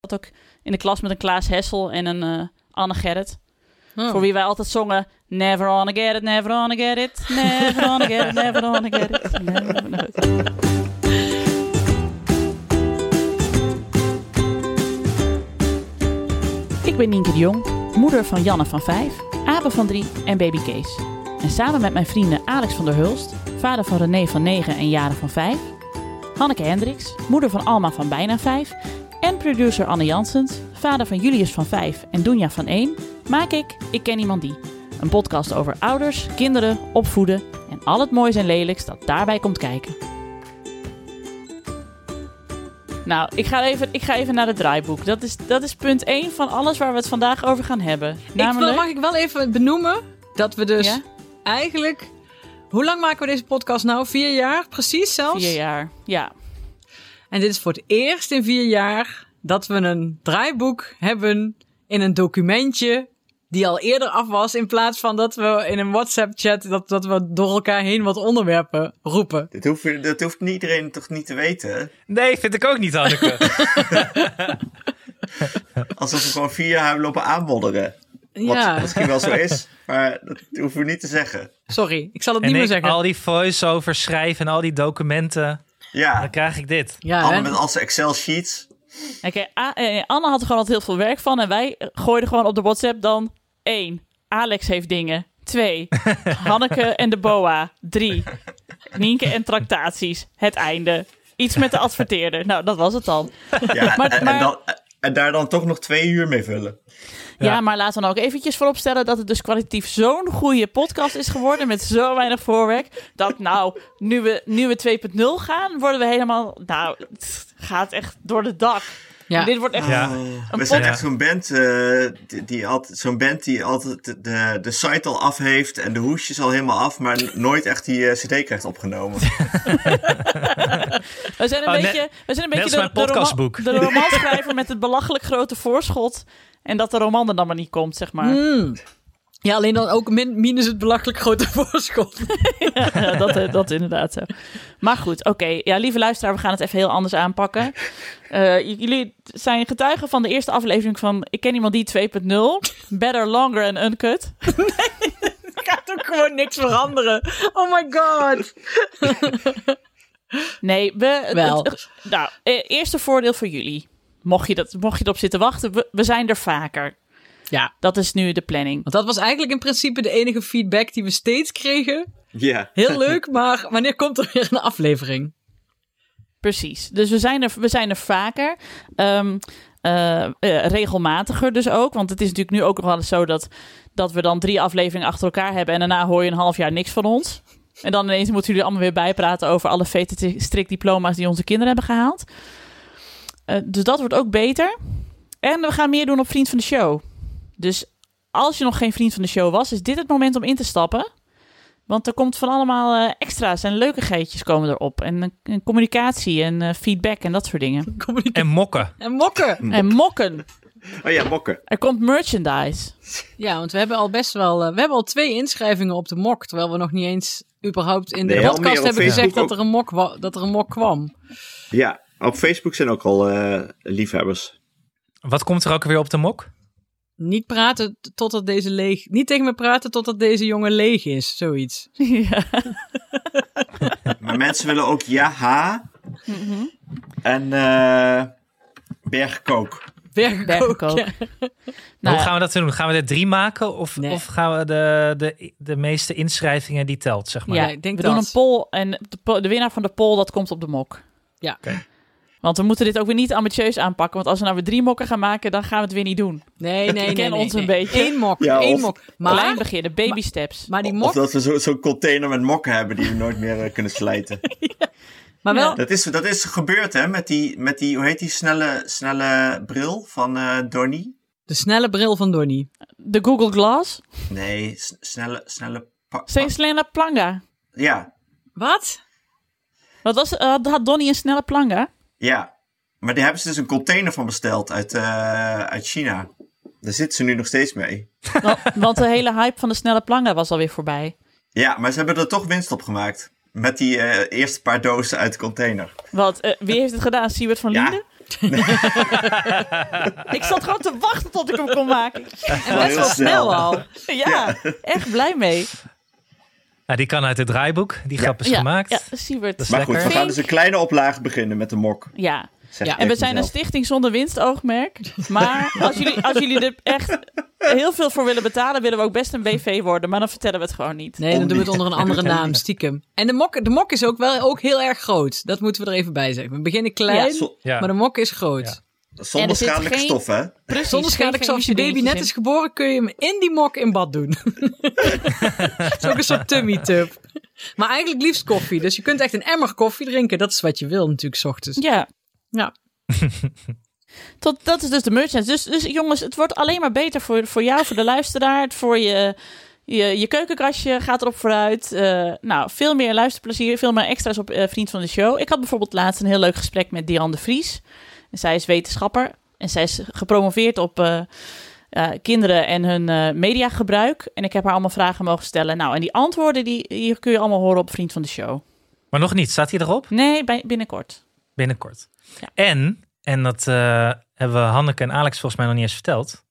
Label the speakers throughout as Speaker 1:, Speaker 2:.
Speaker 1: zat ook in de klas met een Klaas Hessel en een eh, Anne Gerrit.
Speaker 2: Oh.
Speaker 1: Voor wie wij altijd zongen... Never gonna get it, never gonna get it. Never gonna get it, never gonna get it. Never gonna get it. Ik ben Nienke de Jong, moeder van Janne van 5, Abe van 3 en baby Kees. En samen met mijn vrienden Alex van der Hulst, vader van René van 9 en Jaren van 5, Hanneke Hendricks, moeder van Alma van bijna 5, en producer Anne Jansens, vader van Julius van 5 en Doenja van 1, maak ik Ik Ken Iemand Die. Een podcast over ouders, kinderen, opvoeden en al het moois en lelijks dat daarbij komt kijken. Nou, ik ga even, ik ga even naar het draaiboek. Dat is, dat is punt 1 van alles waar we het vandaag over gaan hebben.
Speaker 2: Ik wil, mag ik wel even benoemen dat we dus
Speaker 1: Ja?
Speaker 2: eigenlijk... Hoe lang maken we deze podcast nou? Vier jaar, precies zelfs.
Speaker 1: vier jaar. Ja,
Speaker 2: En dit is voor het eerst in vier jaar dat we een draaiboek hebben in een documentje die al eerder af was, in plaats van dat we in een WhatsApp-chat, dat, dat we door elkaar heen wat onderwerpen roepen.
Speaker 3: Dat hoeft, dat hoeft niet iedereen toch niet te weten?
Speaker 4: Nee, vind ik ook niet, Hanneke.
Speaker 3: Alsof we gewoon vier jaar hebben lopen aanmodderen. Wat
Speaker 2: Ja,
Speaker 3: misschien wel zo is, maar dat hoeven we niet te zeggen.
Speaker 2: sorry, ik zal het
Speaker 4: en
Speaker 2: niet meer
Speaker 4: ik
Speaker 2: zeggen.
Speaker 4: al die voice-overs schrijven en al die documenten.
Speaker 3: Ja,
Speaker 4: Dan krijg ik dit.
Speaker 2: Ja, hè?
Speaker 3: allemaal met al zijn Excel-sheets.
Speaker 1: Oké, A- eh, Anne had er gewoon altijd heel veel werk van. En wij gooiden gewoon op de WhatsApp dan... 1. Alex heeft dingen. 2. Hanneke en de boa. 3. Nienke en tractaties. Het einde. Iets met de adverteerder. Nou, dat was het dan.
Speaker 3: Ja,
Speaker 1: Maar-
Speaker 3: en, en
Speaker 1: maar-
Speaker 3: dan, en daar dan toch nog twee uur mee vullen.
Speaker 1: Ja,
Speaker 4: Ja.
Speaker 1: maar laten we nou ook eventjes vooropstellen... dat het dus kwalitatief zo'n goede podcast is geworden... met zo weinig voorwerk... dat nou, nu we, nu we 2.0 gaan... worden we helemaal... Nou, het gaat echt door de dak.
Speaker 2: ja.
Speaker 1: Dit wordt echt...
Speaker 4: Ja.
Speaker 3: we zijn
Speaker 4: pot-
Speaker 3: echt zo'n band, eh, die, die altijd- zo'n band die altijd de- de, de site al af heeft en de hoesjes al helemaal af, maar n- nooit echt die eh, cd krijgt opgenomen.
Speaker 1: We zijn een
Speaker 4: Oh, net-
Speaker 1: beetje, we zijn een beetje
Speaker 4: net
Speaker 1: de,
Speaker 4: als mijn
Speaker 1: de, roman-
Speaker 4: podcastboek.
Speaker 1: de romanschrijver met het belachelijk grote voorschot. En dat de roman er dan maar niet komt, zeg maar.
Speaker 2: Mm. Ja, alleen dan ook min, minus het belachelijk grote voorschot.
Speaker 1: Ja, dat, eh, dat is inderdaad zo. Maar goed, oké. Ja, lieve luisteraar, we gaan het even heel anders aanpakken. Eh, j- jullie zijn getuigen van de eerste aflevering van Ik ken iemand die 2.0. Better, longer en uncut.
Speaker 2: Er gaat ook gewoon niks veranderen. Oh my god.
Speaker 1: Nee, we... het-
Speaker 2: Wel.
Speaker 1: het- nou, eh, eerste voordeel voor jullie. Mocht je, dat, mocht je erop zitten wachten, we, we zijn er vaker.
Speaker 2: Ja,
Speaker 1: Dat is nu de planning.
Speaker 2: want dat was eigenlijk in principe de enige feedback die we steeds kregen.
Speaker 3: Ja.
Speaker 2: Heel leuk, maar wanneer komt er weer een aflevering?
Speaker 1: Precies. Dus we zijn er, we zijn er vaker. Ehm, eh, eh, regelmatiger dus ook. Want het is natuurlijk nu ook nog wel eens zo dat, dat we dan drie afleveringen achter elkaar hebben. En daarna hoor je een half jaar niks van ons. En dan ineens moeten jullie allemaal weer bijpraten over alle VT-strikdiploma's die onze kinderen hebben gehaald. Eh, dus dat wordt ook beter. En we gaan meer doen op Vriend van de Show. Dus als je nog geen Vriend van de Show was, is dit het moment om in te stappen. Want er komt van allemaal eh, extra's en leukigheidjes komen erop. En, eh, en communicatie en eh, feedback en dat soort dingen.
Speaker 2: Communicatie.
Speaker 4: En mokken.
Speaker 2: En mokken.
Speaker 1: En mokken.
Speaker 3: Oh ja, mokken.
Speaker 1: Er komt merchandise.
Speaker 2: Ja, want we hebben al best wel. eh, we hebben al twee inschrijvingen op de mok. Terwijl we nog niet eens überhaupt in de
Speaker 3: Nee, al meer
Speaker 2: podcast
Speaker 3: op
Speaker 2: hebben gezegd
Speaker 3: Facebook
Speaker 2: dat er, een mok wa- dat er een mok kwam.
Speaker 3: Ja, op Facebook zijn ook al eh, liefhebbers.
Speaker 4: Wat komt er ook weer op de mok?
Speaker 2: Niet praten t- totdat deze leeg. Niet tegen me praten totdat deze jongen leeg is. Zoiets.
Speaker 1: ja.
Speaker 3: Maar mensen willen ook jaha en eh bergkook.
Speaker 2: Bergkook.
Speaker 1: Bergkook.
Speaker 2: ja.
Speaker 1: Nou,
Speaker 4: Hoe gaan we dat doen? Gaan we er drie maken? Of,
Speaker 2: Nee.
Speaker 4: of gaan we de, de, de meeste inschrijvingen die telt, zeg maar?
Speaker 1: ja,
Speaker 2: ik denk
Speaker 1: we
Speaker 2: dat.
Speaker 1: doen een poll en de, po- de winnaar van de poll, dat komt op de mok.
Speaker 2: Ja.
Speaker 4: Oké.
Speaker 1: Want we moeten dit ook weer niet ambitieus aanpakken. Want als we nou weer drie mokken gaan maken, dan gaan we het weer niet doen.
Speaker 2: Nee, nee, nee.
Speaker 1: Ik ken
Speaker 2: nee,
Speaker 1: ons
Speaker 2: nee.
Speaker 1: een beetje.
Speaker 2: Eén mok.
Speaker 3: Ja,
Speaker 2: één
Speaker 3: of-
Speaker 2: mok.
Speaker 1: Klein
Speaker 2: Maar,
Speaker 1: beginnen, baby steps.
Speaker 2: maar die
Speaker 3: Of
Speaker 2: mok.
Speaker 3: dat we zo- zo'n container met mokken hebben die we nooit meer eh, kunnen slijten.
Speaker 2: Maar wel.
Speaker 3: Dat is, dat is gebeurd, hè, met die, met die hoe heet die snelle, snelle bril van eh Donnie?
Speaker 2: De snelle bril van Donnie.
Speaker 1: De Google Glass.
Speaker 3: Nee, s- snelle, snelle... pa- pa-
Speaker 1: Zijn snelle planga.
Speaker 3: ja,
Speaker 2: Wat?
Speaker 1: Wat was, eh, had Donnie een snelle planga?
Speaker 3: ja. Maar daar hebben ze dus een container van besteld uit, eh, uit China. Daar zitten ze nu nog steeds mee.
Speaker 1: Want, want de hele hype van de snelle planga was alweer voorbij.
Speaker 3: Ja, maar ze hebben er toch winst op gemaakt. Met die eh, eerste paar dozen uit de container.
Speaker 1: Wat, eh, wie heeft het gedaan? Siewert van
Speaker 3: Ja,
Speaker 1: Linden? Ik zat gewoon te wachten tot ik hem kon maken.
Speaker 2: En best wel
Speaker 3: heel
Speaker 2: snel
Speaker 3: snel.
Speaker 2: al.
Speaker 1: Ja, echt blij mee.
Speaker 4: Nou, die kan uit het draaiboek. Die
Speaker 3: Ja.
Speaker 4: grap is
Speaker 1: ja,
Speaker 4: gemaakt.
Speaker 1: Ja, Siebert.
Speaker 4: Dat is
Speaker 3: Maar
Speaker 4: lekker.
Speaker 3: goed, we gaan dus een kleine oplaag beginnen met de mok.
Speaker 1: Ja,
Speaker 3: Zeg
Speaker 2: Ja.
Speaker 3: ik
Speaker 1: en we
Speaker 3: echt
Speaker 1: zijn een
Speaker 3: mezelf.
Speaker 1: stichting zonder winstoogmerk. Maar als jullie, als jullie er echt heel veel voor willen betalen, willen we ook best een BV worden. Maar dan vertellen we het gewoon niet.
Speaker 2: Nee, dan doen we het onder een andere naam, stiekem. En de mok, de mok is ook wel ook heel erg groot. Dat moeten we er even bij zeggen. We beginnen klein,
Speaker 1: Ja,
Speaker 3: zo-
Speaker 4: Ja.
Speaker 2: maar de mok is groot.
Speaker 4: Ja.
Speaker 1: En er
Speaker 3: Zonder
Speaker 1: zit
Speaker 3: schadelijke
Speaker 1: geen-
Speaker 3: stof, hè?
Speaker 1: Precies,
Speaker 2: Zonder
Speaker 1: geen
Speaker 2: schadelijk, als je baby net
Speaker 1: chemicaliën
Speaker 2: is geboren, kun je hem in die mok in bad doen. dat is ook een soort tummy tub. Maar eigenlijk liefst koffie. Dus je kunt echt een emmer koffie drinken. Dat is wat je wil natuurlijk, s ochtends.
Speaker 1: erin. Ja,
Speaker 2: Ja.
Speaker 1: Tot, dat is dus de merchandise. Dus, dus jongens, het wordt alleen maar beter voor, voor jou, voor de luisteraar, het voor je, je, je keukenkastje gaat erop vooruit. Eh, nou, veel meer luisterplezier, veel meer extra's op eh, Vriend van de Show. Ik had bijvoorbeeld laatst een heel leuk gesprek met Diane de Vries. En zij is wetenschapper en zij is gepromoveerd op eh, eh, kinderen en hun eh, mediagebruik. En ik heb haar allemaal vragen mogen stellen. Nou, en die antwoorden die, die kun je allemaal horen op Vriend van de Show.
Speaker 4: Maar nog niet. Staat hij erop?
Speaker 1: Nee, bij, binnenkort.
Speaker 4: Binnenkort.
Speaker 1: Ja.
Speaker 4: En, en dat eh, hebben we Hanneke en Alex volgens mij nog niet eens verteld,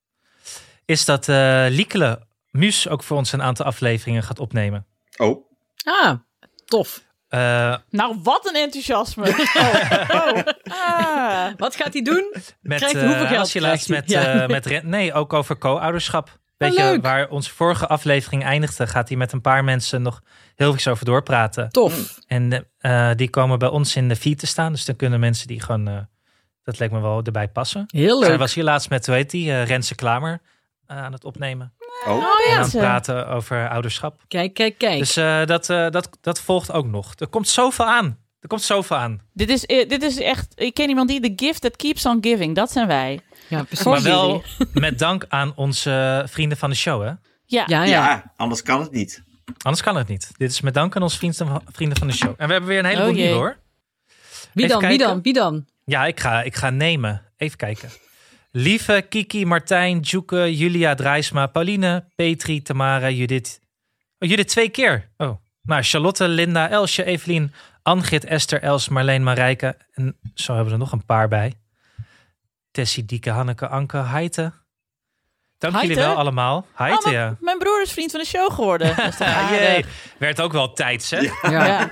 Speaker 4: is dat eh Liekele Muus ook voor ons een aantal afleveringen gaat opnemen.
Speaker 3: Oh,
Speaker 2: Ah, tof.
Speaker 4: Eh,
Speaker 1: Nou, wat een enthousiasme. Oh, oh. Ah.
Speaker 2: Wat gaat hij doen?
Speaker 4: met,
Speaker 2: Krijgt hij-
Speaker 4: eh,
Speaker 2: hoeveel geld
Speaker 4: als je laatst
Speaker 2: krijgt
Speaker 4: met,
Speaker 2: hij? Ja.
Speaker 4: eh, met Ren- Nee, ook over co-ouderschap. Weet
Speaker 2: Ah,
Speaker 4: je,
Speaker 2: leuk.
Speaker 4: waar onze vorige aflevering eindigde, gaat hij met een paar mensen nog heel veel over doorpraten.
Speaker 2: Tof.
Speaker 4: En eh, die komen bij ons in de feed te staan. Dus dan kunnen mensen die gewoon, eh, dat leek me wel, erbij passen.
Speaker 2: Heel
Speaker 4: Zij
Speaker 2: leuk.
Speaker 4: was hier laatst met, hoe heet die, eh, Renze Klamer eh, aan het opnemen.
Speaker 3: oh.
Speaker 1: Oh
Speaker 4: en
Speaker 1: ja.
Speaker 4: aan het praten over ouderschap.
Speaker 2: Kijk, kijk, kijk.
Speaker 4: Dus eh, dat, eh, dat, dat volgt ook nog. Er komt zoveel aan. Er komt zoveel aan.
Speaker 1: Dit is, eh, dit is echt. Ik ken iemand die The Gift That Keeps On Giving. Dat zijn wij.
Speaker 2: ja, precies.
Speaker 4: Maar wel met dank aan onze vrienden van de show. Hè?
Speaker 1: Oh, Ja.
Speaker 2: Ja, ja.
Speaker 3: Ja, anders kan het niet.
Speaker 4: Anders kan het niet. Dit is met dank aan onze vrienden, vrienden van de show. En we hebben weer een heleboel
Speaker 1: Oh jee.
Speaker 4: nieuwe hoor.
Speaker 2: Wie
Speaker 4: Even
Speaker 2: dan, wie
Speaker 4: kijken.
Speaker 2: dan, wie dan?
Speaker 4: Ja, ik ga, ik ga nemen. Even kijken. Lieve, Kiki, Martijn, Joeke, Julia, Drijsma, Pauline, Petri, Tamara, Judith. Oh, Judith twee keer. Oh. Nou, Charlotte, Linda, Elsje, Evelien, Angrit, Esther, Els, Marleen, Marijke. En zo hebben we er nog een paar bij. Tessie, Dieke, Hanneke, Anke, Heite. Dank
Speaker 1: Heite?
Speaker 4: jullie wel allemaal. Heite,
Speaker 1: Oh,
Speaker 4: ja.
Speaker 1: mijn, mijn broer is vriend van de show geworden. Dat is toch
Speaker 4: Ah,
Speaker 1: aardig?
Speaker 4: jee. Werd ook wel tijd, zeg.
Speaker 2: Ja.
Speaker 1: Ja.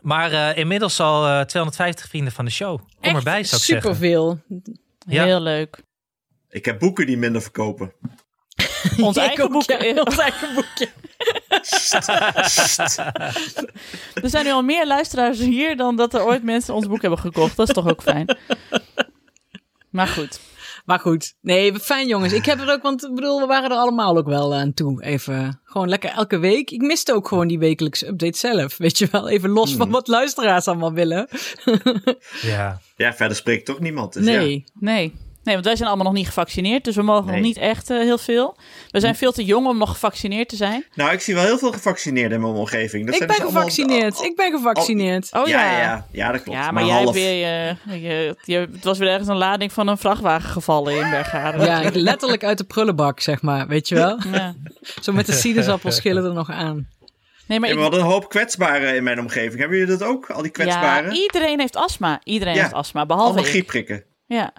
Speaker 4: Maar eh, inmiddels al eh, 250 vrienden van de show. Kom
Speaker 2: Echt
Speaker 4: erbij, zou ik zeggen.
Speaker 2: Superveel.
Speaker 4: Ja.
Speaker 1: Heel leuk.
Speaker 3: Ik heb boeken die minder verkopen.
Speaker 1: Ons
Speaker 2: Ik
Speaker 1: eigen
Speaker 2: ook,
Speaker 1: boek.
Speaker 2: ja. Ons eigen boekje.
Speaker 1: Er zijn nu al meer luisteraars hier dan dat er ooit mensen ons boek hebben gekocht. Dat is toch ook fijn. Maar goed.
Speaker 2: Maar goed, nee, fijn jongens. Ik heb het ook, want ik bedoel, we waren er allemaal ook wel eh, aan toe. Even gewoon lekker elke week. Ik miste ook gewoon die wekelijkse update zelf. Weet je wel, even
Speaker 3: Hmm.
Speaker 2: los van wat luisteraars allemaal willen.
Speaker 4: Ja.
Speaker 3: Ja, verder spreekt toch niemand. Dus
Speaker 2: nee,
Speaker 3: ja.
Speaker 1: Nee. Nee, want wij zijn allemaal nog niet gevaccineerd. Dus we mogen
Speaker 3: Nee.
Speaker 1: nog niet echt eh, heel veel. We
Speaker 4: Hm.
Speaker 1: zijn veel te jong om nog gevaccineerd te zijn.
Speaker 3: Nou, ik zie wel heel veel gevaccineerden in mijn omgeving. Dat
Speaker 2: ik
Speaker 3: zijn
Speaker 2: ben
Speaker 3: dus allemaal-
Speaker 2: gevaccineerd.
Speaker 3: Oh, oh,
Speaker 2: ik ben gevaccineerd.
Speaker 1: Oh
Speaker 3: ja, ja, ja. Ja, dat klopt.
Speaker 1: Ja, maar,
Speaker 3: maar
Speaker 1: jij
Speaker 3: half.
Speaker 1: hebt weer, eh, je, je- het was weer ergens een lading van een vrachtwagen gevallen in Bergharen.
Speaker 3: oh.
Speaker 2: Ja, ik letterlijk uit de prullenbak, zeg maar. Weet je wel?
Speaker 1: Ja.
Speaker 2: Zo met de sinaasappel schillen er nog aan.
Speaker 1: Nee, maar
Speaker 3: Ja,
Speaker 1: ik-
Speaker 3: we hadden een hoop kwetsbaren in mijn omgeving. Hebben jullie dat ook? Al die kwetsbaren?
Speaker 1: ja, iedereen heeft astma. Iedereen
Speaker 3: Ja.
Speaker 1: heeft astma, behalve
Speaker 3: Allemaal
Speaker 1: ik.
Speaker 3: griepprikken.
Speaker 1: Ja.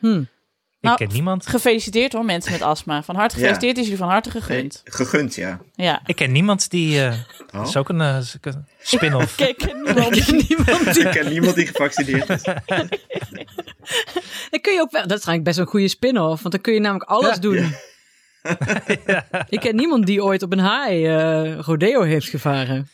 Speaker 4: Ik
Speaker 1: Nou,
Speaker 4: ken niemand.
Speaker 1: Gefeliciteerd hoor, mensen met astma. Van harte
Speaker 3: Ja.
Speaker 1: gefeliciteerd, is jullie van harte gegund.
Speaker 3: Nee, gegund, ja.
Speaker 1: Ja.
Speaker 4: Ik ken niemand die. eh,
Speaker 3: Oh.
Speaker 4: dat is ook een, eh, is ook een spin-off.
Speaker 1: Kijk, niemand.
Speaker 2: Niemand die...
Speaker 3: Ik ken niemand die gevaccineerd is.
Speaker 2: Dan kun je ook wel... Dat is eigenlijk best wel een goede spin-off. Want dan kun je namelijk alles doen. Ik ken niemand die ooit op een haai eh, rodeo heeft gevaren.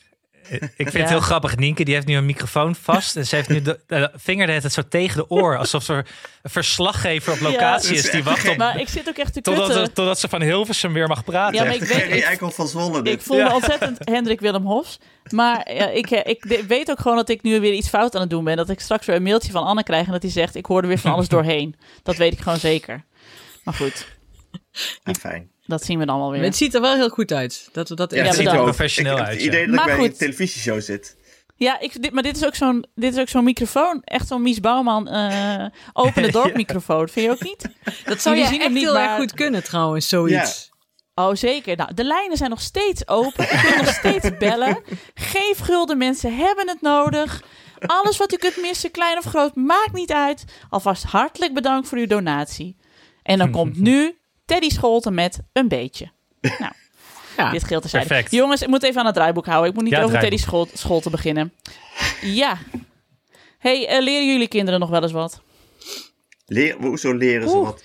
Speaker 4: ik vind het heel grappig. Nienke die heeft nu een microfoon vast. En ze heeft nu de, de vinger het zo tegen de oor. Alsof er een verslaggever op locatie
Speaker 3: Ja.
Speaker 4: is. Die wacht op.
Speaker 1: Maar ik zit ook echt te
Speaker 4: Totdat,
Speaker 1: kutten.
Speaker 4: totdat ze van Hilversum weer mag praten.
Speaker 1: Ja, maar ik
Speaker 3: Echt
Speaker 1: weet-
Speaker 3: Gerry
Speaker 1: ik-
Speaker 3: Eikel van Zwolle dus- dit.
Speaker 1: Ik voel me
Speaker 4: Ja.
Speaker 1: ontzettend Hendrik Willem Hofs. Maar ja, ik, eh, ik de- weet ook gewoon dat ik nu weer iets fout aan het doen ben. Dat ik straks weer een mailtje van Anne krijg en dat hij zegt... ik hoor er weer van alles doorheen. Dat weet ik gewoon zeker. Maar goed,
Speaker 3: Ah, fijn.
Speaker 1: dat zien we dan wel weer.
Speaker 2: Maar het ziet er wel heel goed uit. Dat, dat,
Speaker 3: het ziet er
Speaker 1: bedankt.
Speaker 3: ook-
Speaker 4: Professioneel
Speaker 3: ik heb
Speaker 4: uit,
Speaker 3: het
Speaker 4: ja.
Speaker 3: idee dat
Speaker 1: Maar
Speaker 3: ik bij
Speaker 1: goed.
Speaker 3: een televisieshow zit.
Speaker 1: Ja, ik, dit, maar dit is ook zo'n dit is ook zo'n microfoon. Echt zo'n Mies Bouwman eh open het dorp microfoon. Vind je ook niet?
Speaker 2: dat zou je
Speaker 1: Jullie zien
Speaker 2: echt
Speaker 1: hem niet,
Speaker 2: heel erg
Speaker 1: maar-
Speaker 2: goed kunnen trouwens, zoiets.
Speaker 1: Oh, zeker. Nou, de lijnen zijn nog steeds open. Je kunt nog steeds bellen. Geef gulden, mensen hebben het nodig. Alles wat u kunt missen, klein of groot, maakt niet uit. Alvast hartelijk bedankt voor uw donatie. En dan komt nu Teddy Scholten met een beetje. Nou,
Speaker 2: Ja.
Speaker 1: dit geldt terzijde.
Speaker 4: Perfect.
Speaker 1: Jongens, ik moet even aan het draaiboek houden. Ik moet niet
Speaker 4: Ja, het
Speaker 1: over Teddy Schol- Scholten beginnen. Ja. hey, eh, leren jullie kinderen nog wel eens wat?
Speaker 3: Leer, hoezo leren ze
Speaker 1: Oeh.
Speaker 3: wat?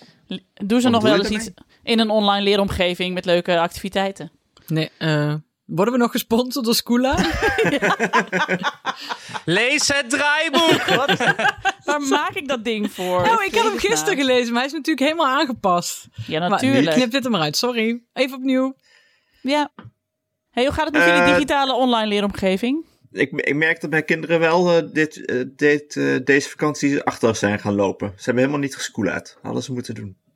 Speaker 1: Doen ze nog
Speaker 3: Wat doe
Speaker 1: wel
Speaker 3: je
Speaker 1: eens
Speaker 3: ermee?
Speaker 1: iets in een online leeromgeving met leuke activiteiten?
Speaker 2: Nee, eh, worden we nog gesponsord door Scoola?
Speaker 4: Lees het draaiboek! Wat?
Speaker 1: Waar maak ik dat ding voor?
Speaker 3: Nou,
Speaker 2: Oh, ik had hem gisteren gelezen, maar hij is natuurlijk helemaal aangepast.
Speaker 1: Ja,
Speaker 2: Maar,
Speaker 1: natuurlijk.
Speaker 2: knip dit er maar uit, sorry. Even opnieuw.
Speaker 1: Ja. Hey, hoe gaat het met
Speaker 3: Eh,
Speaker 1: jullie digitale online leeromgeving?
Speaker 3: Ik, ik merk dat mijn kinderen wel eh, dit, eh, dit, eh, deze vakantie achter zijn gaan lopen. Ze hebben helemaal niet geschoolerd. Hadden ze moeten doen.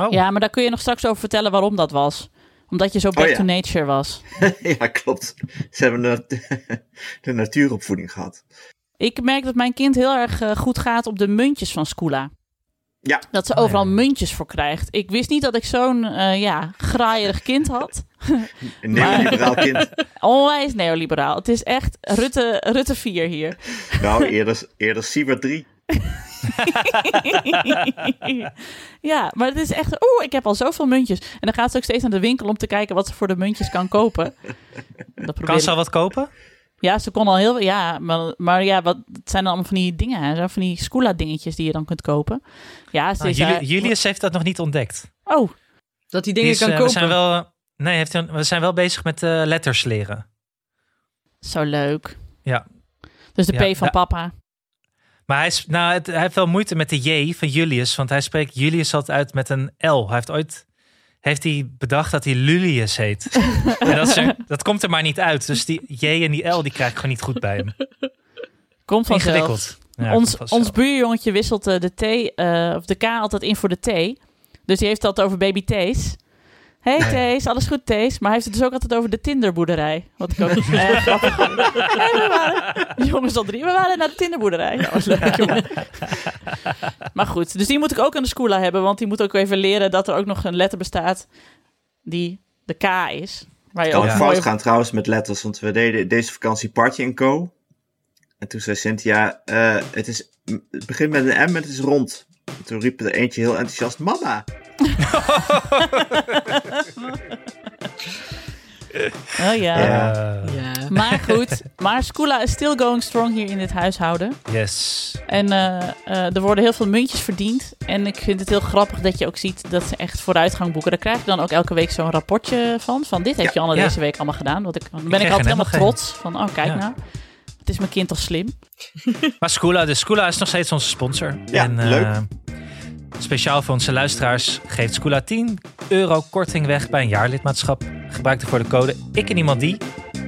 Speaker 4: Oh,
Speaker 1: Ja, maar daar kun je nog straks over vertellen waarom dat was. Omdat je zo back
Speaker 3: Oh, ja.
Speaker 1: to nature was.
Speaker 3: ja, klopt. Ze hebben de, de natuuropvoeding gehad.
Speaker 1: Ik merk dat mijn kind heel erg eh, goed gaat op de muntjes van Scoola.
Speaker 3: Ja.
Speaker 1: Dat ze
Speaker 4: Oh, ja.
Speaker 1: overal muntjes voor krijgt. Ik wist niet dat ik zo'n eh ja, graaierig kind had.
Speaker 3: Een neoliberaal kind.
Speaker 1: Onwijs neoliberaal. Het is echt Rutte, Rutte 4 hier.
Speaker 3: Nou, eerder, eerder Cyber 3.
Speaker 1: ja, maar het is echt. Oeh, ik heb al zoveel muntjes. En dan gaat ze ook steeds naar de winkel om te kijken wat ze voor de muntjes kan kopen. Dat probeer
Speaker 4: kan
Speaker 1: ik-
Speaker 4: ze al wat kopen?
Speaker 1: Ja, ze kon al heel veel. Ja, maar, maar ja, wat het zijn dan allemaal van die dingen? Hè? Zo Van die Scoola-dingetjes die je dan kunt kopen. Ja, ze
Speaker 4: Ah,
Speaker 1: is,
Speaker 4: Juli-
Speaker 1: eh,
Speaker 4: Julius heeft dat nog niet ontdekt.
Speaker 1: Oh,
Speaker 2: Dat die
Speaker 4: Die
Speaker 2: dingen
Speaker 4: is,
Speaker 2: kan
Speaker 4: eh,
Speaker 2: kopen.
Speaker 4: We zijn wel, nee, heeft, een- we zijn wel bezig met eh, letters leren.
Speaker 1: zo leuk.
Speaker 4: Ja.
Speaker 1: Dus de
Speaker 4: Ja,
Speaker 1: P van
Speaker 4: ja.
Speaker 1: papa.
Speaker 4: Maar hij, is, nou, het, hij heeft wel moeite met de J van Julius. Want hij spreekt Julius altijd uit met een L. Hij heeft ooit heeft hij bedacht dat hij Lulius heet. en dat, is er- dat komt er maar niet uit. Dus die J en die L die krijg ik gewoon niet goed bij hem.
Speaker 1: Komt vanzelf.
Speaker 4: Ingewikkeld. Ja,
Speaker 1: ons,
Speaker 4: komt vanzelf.
Speaker 1: ons buurjongetje wisselt eh, de T, eh, of de K altijd in voor de T. Dus die heeft het altijd over baby Thees. Hey Thees, alles goed Thees? Maar hij heeft het dus ook altijd over de Tinderboerderij. Wat ik ook erg grappig vind. Hey, we waren, jongens al drie, we waren naar de Tinderboerderij. Dat was leuk, jongen. Maar goed, dus die moet ik ook aan de schoola hebben. Want die moet ook even leren dat er ook nog een letter bestaat die de K is. Waar je
Speaker 3: Kan
Speaker 1: ook
Speaker 3: het
Speaker 1: een
Speaker 3: fout
Speaker 1: mooie
Speaker 3: gaan trouwens met letters, want we deden deze vakantie Party Co. En toen zei Cynthia, eh, het, is, het begint met een M en het is rond. En toen riep er eentje heel enthousiast, mama.
Speaker 1: Oh ja.
Speaker 4: Ja.
Speaker 2: Ja.
Speaker 1: Maar goed, maar Skoola is still going strong hier in dit huishouden.
Speaker 4: Yes.
Speaker 1: En eh, eh, er worden heel veel muntjes verdiend. En ik vind het heel grappig dat je ook ziet dat ze echt vooruitgang boeken. Daar krijg je dan ook elke week zo'n rapportje van. Van dit heb je Anne
Speaker 4: ja.
Speaker 1: deze week allemaal gedaan. Want ik, dan ben
Speaker 4: kreeg
Speaker 1: ik,
Speaker 4: er
Speaker 1: altijd helemaal
Speaker 4: helemaal geen.
Speaker 1: trots. Van, oh kijk
Speaker 4: Ja.
Speaker 1: nou. Het is mijn kind toch slim.
Speaker 4: Maar Scoola, de Scoola is nog steeds onze sponsor.
Speaker 3: Ja,
Speaker 4: eh,
Speaker 3: leuk.
Speaker 4: Speciaal voor onze luisteraars geeft Scoola 10 euro korting weg bij een jaarlidmaatschap. Gebruik ervoor de code ik en iemand die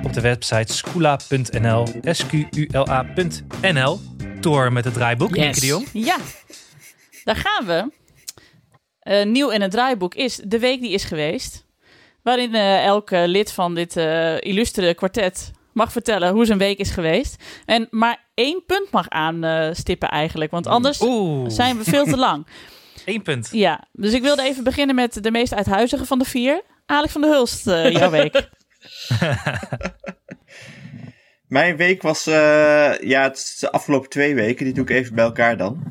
Speaker 4: op de website scoola.nl, s-q-u-l-a.nl. Door met het draaiboek,
Speaker 2: Yes.
Speaker 4: Nieke de Jong.
Speaker 1: Ja, daar gaan we. Eh, nieuw in het draaiboek is de week die is geweest. Waarin eh, elk eh, lid van dit eh, illustere kwartet mag vertellen hoe zijn week is geweest. En maar één punt mag aanstippen eigenlijk, want anders
Speaker 4: Oeh,
Speaker 1: zijn we veel te lang.
Speaker 4: één punt.
Speaker 1: Ja, dus ik wilde even beginnen met de meest uithuizige van de vier. Alex van der Hulst, eh, jouw week.
Speaker 3: Mijn week was, eh, ja, het is de afgelopen twee weken, die doe ik even bij elkaar dan.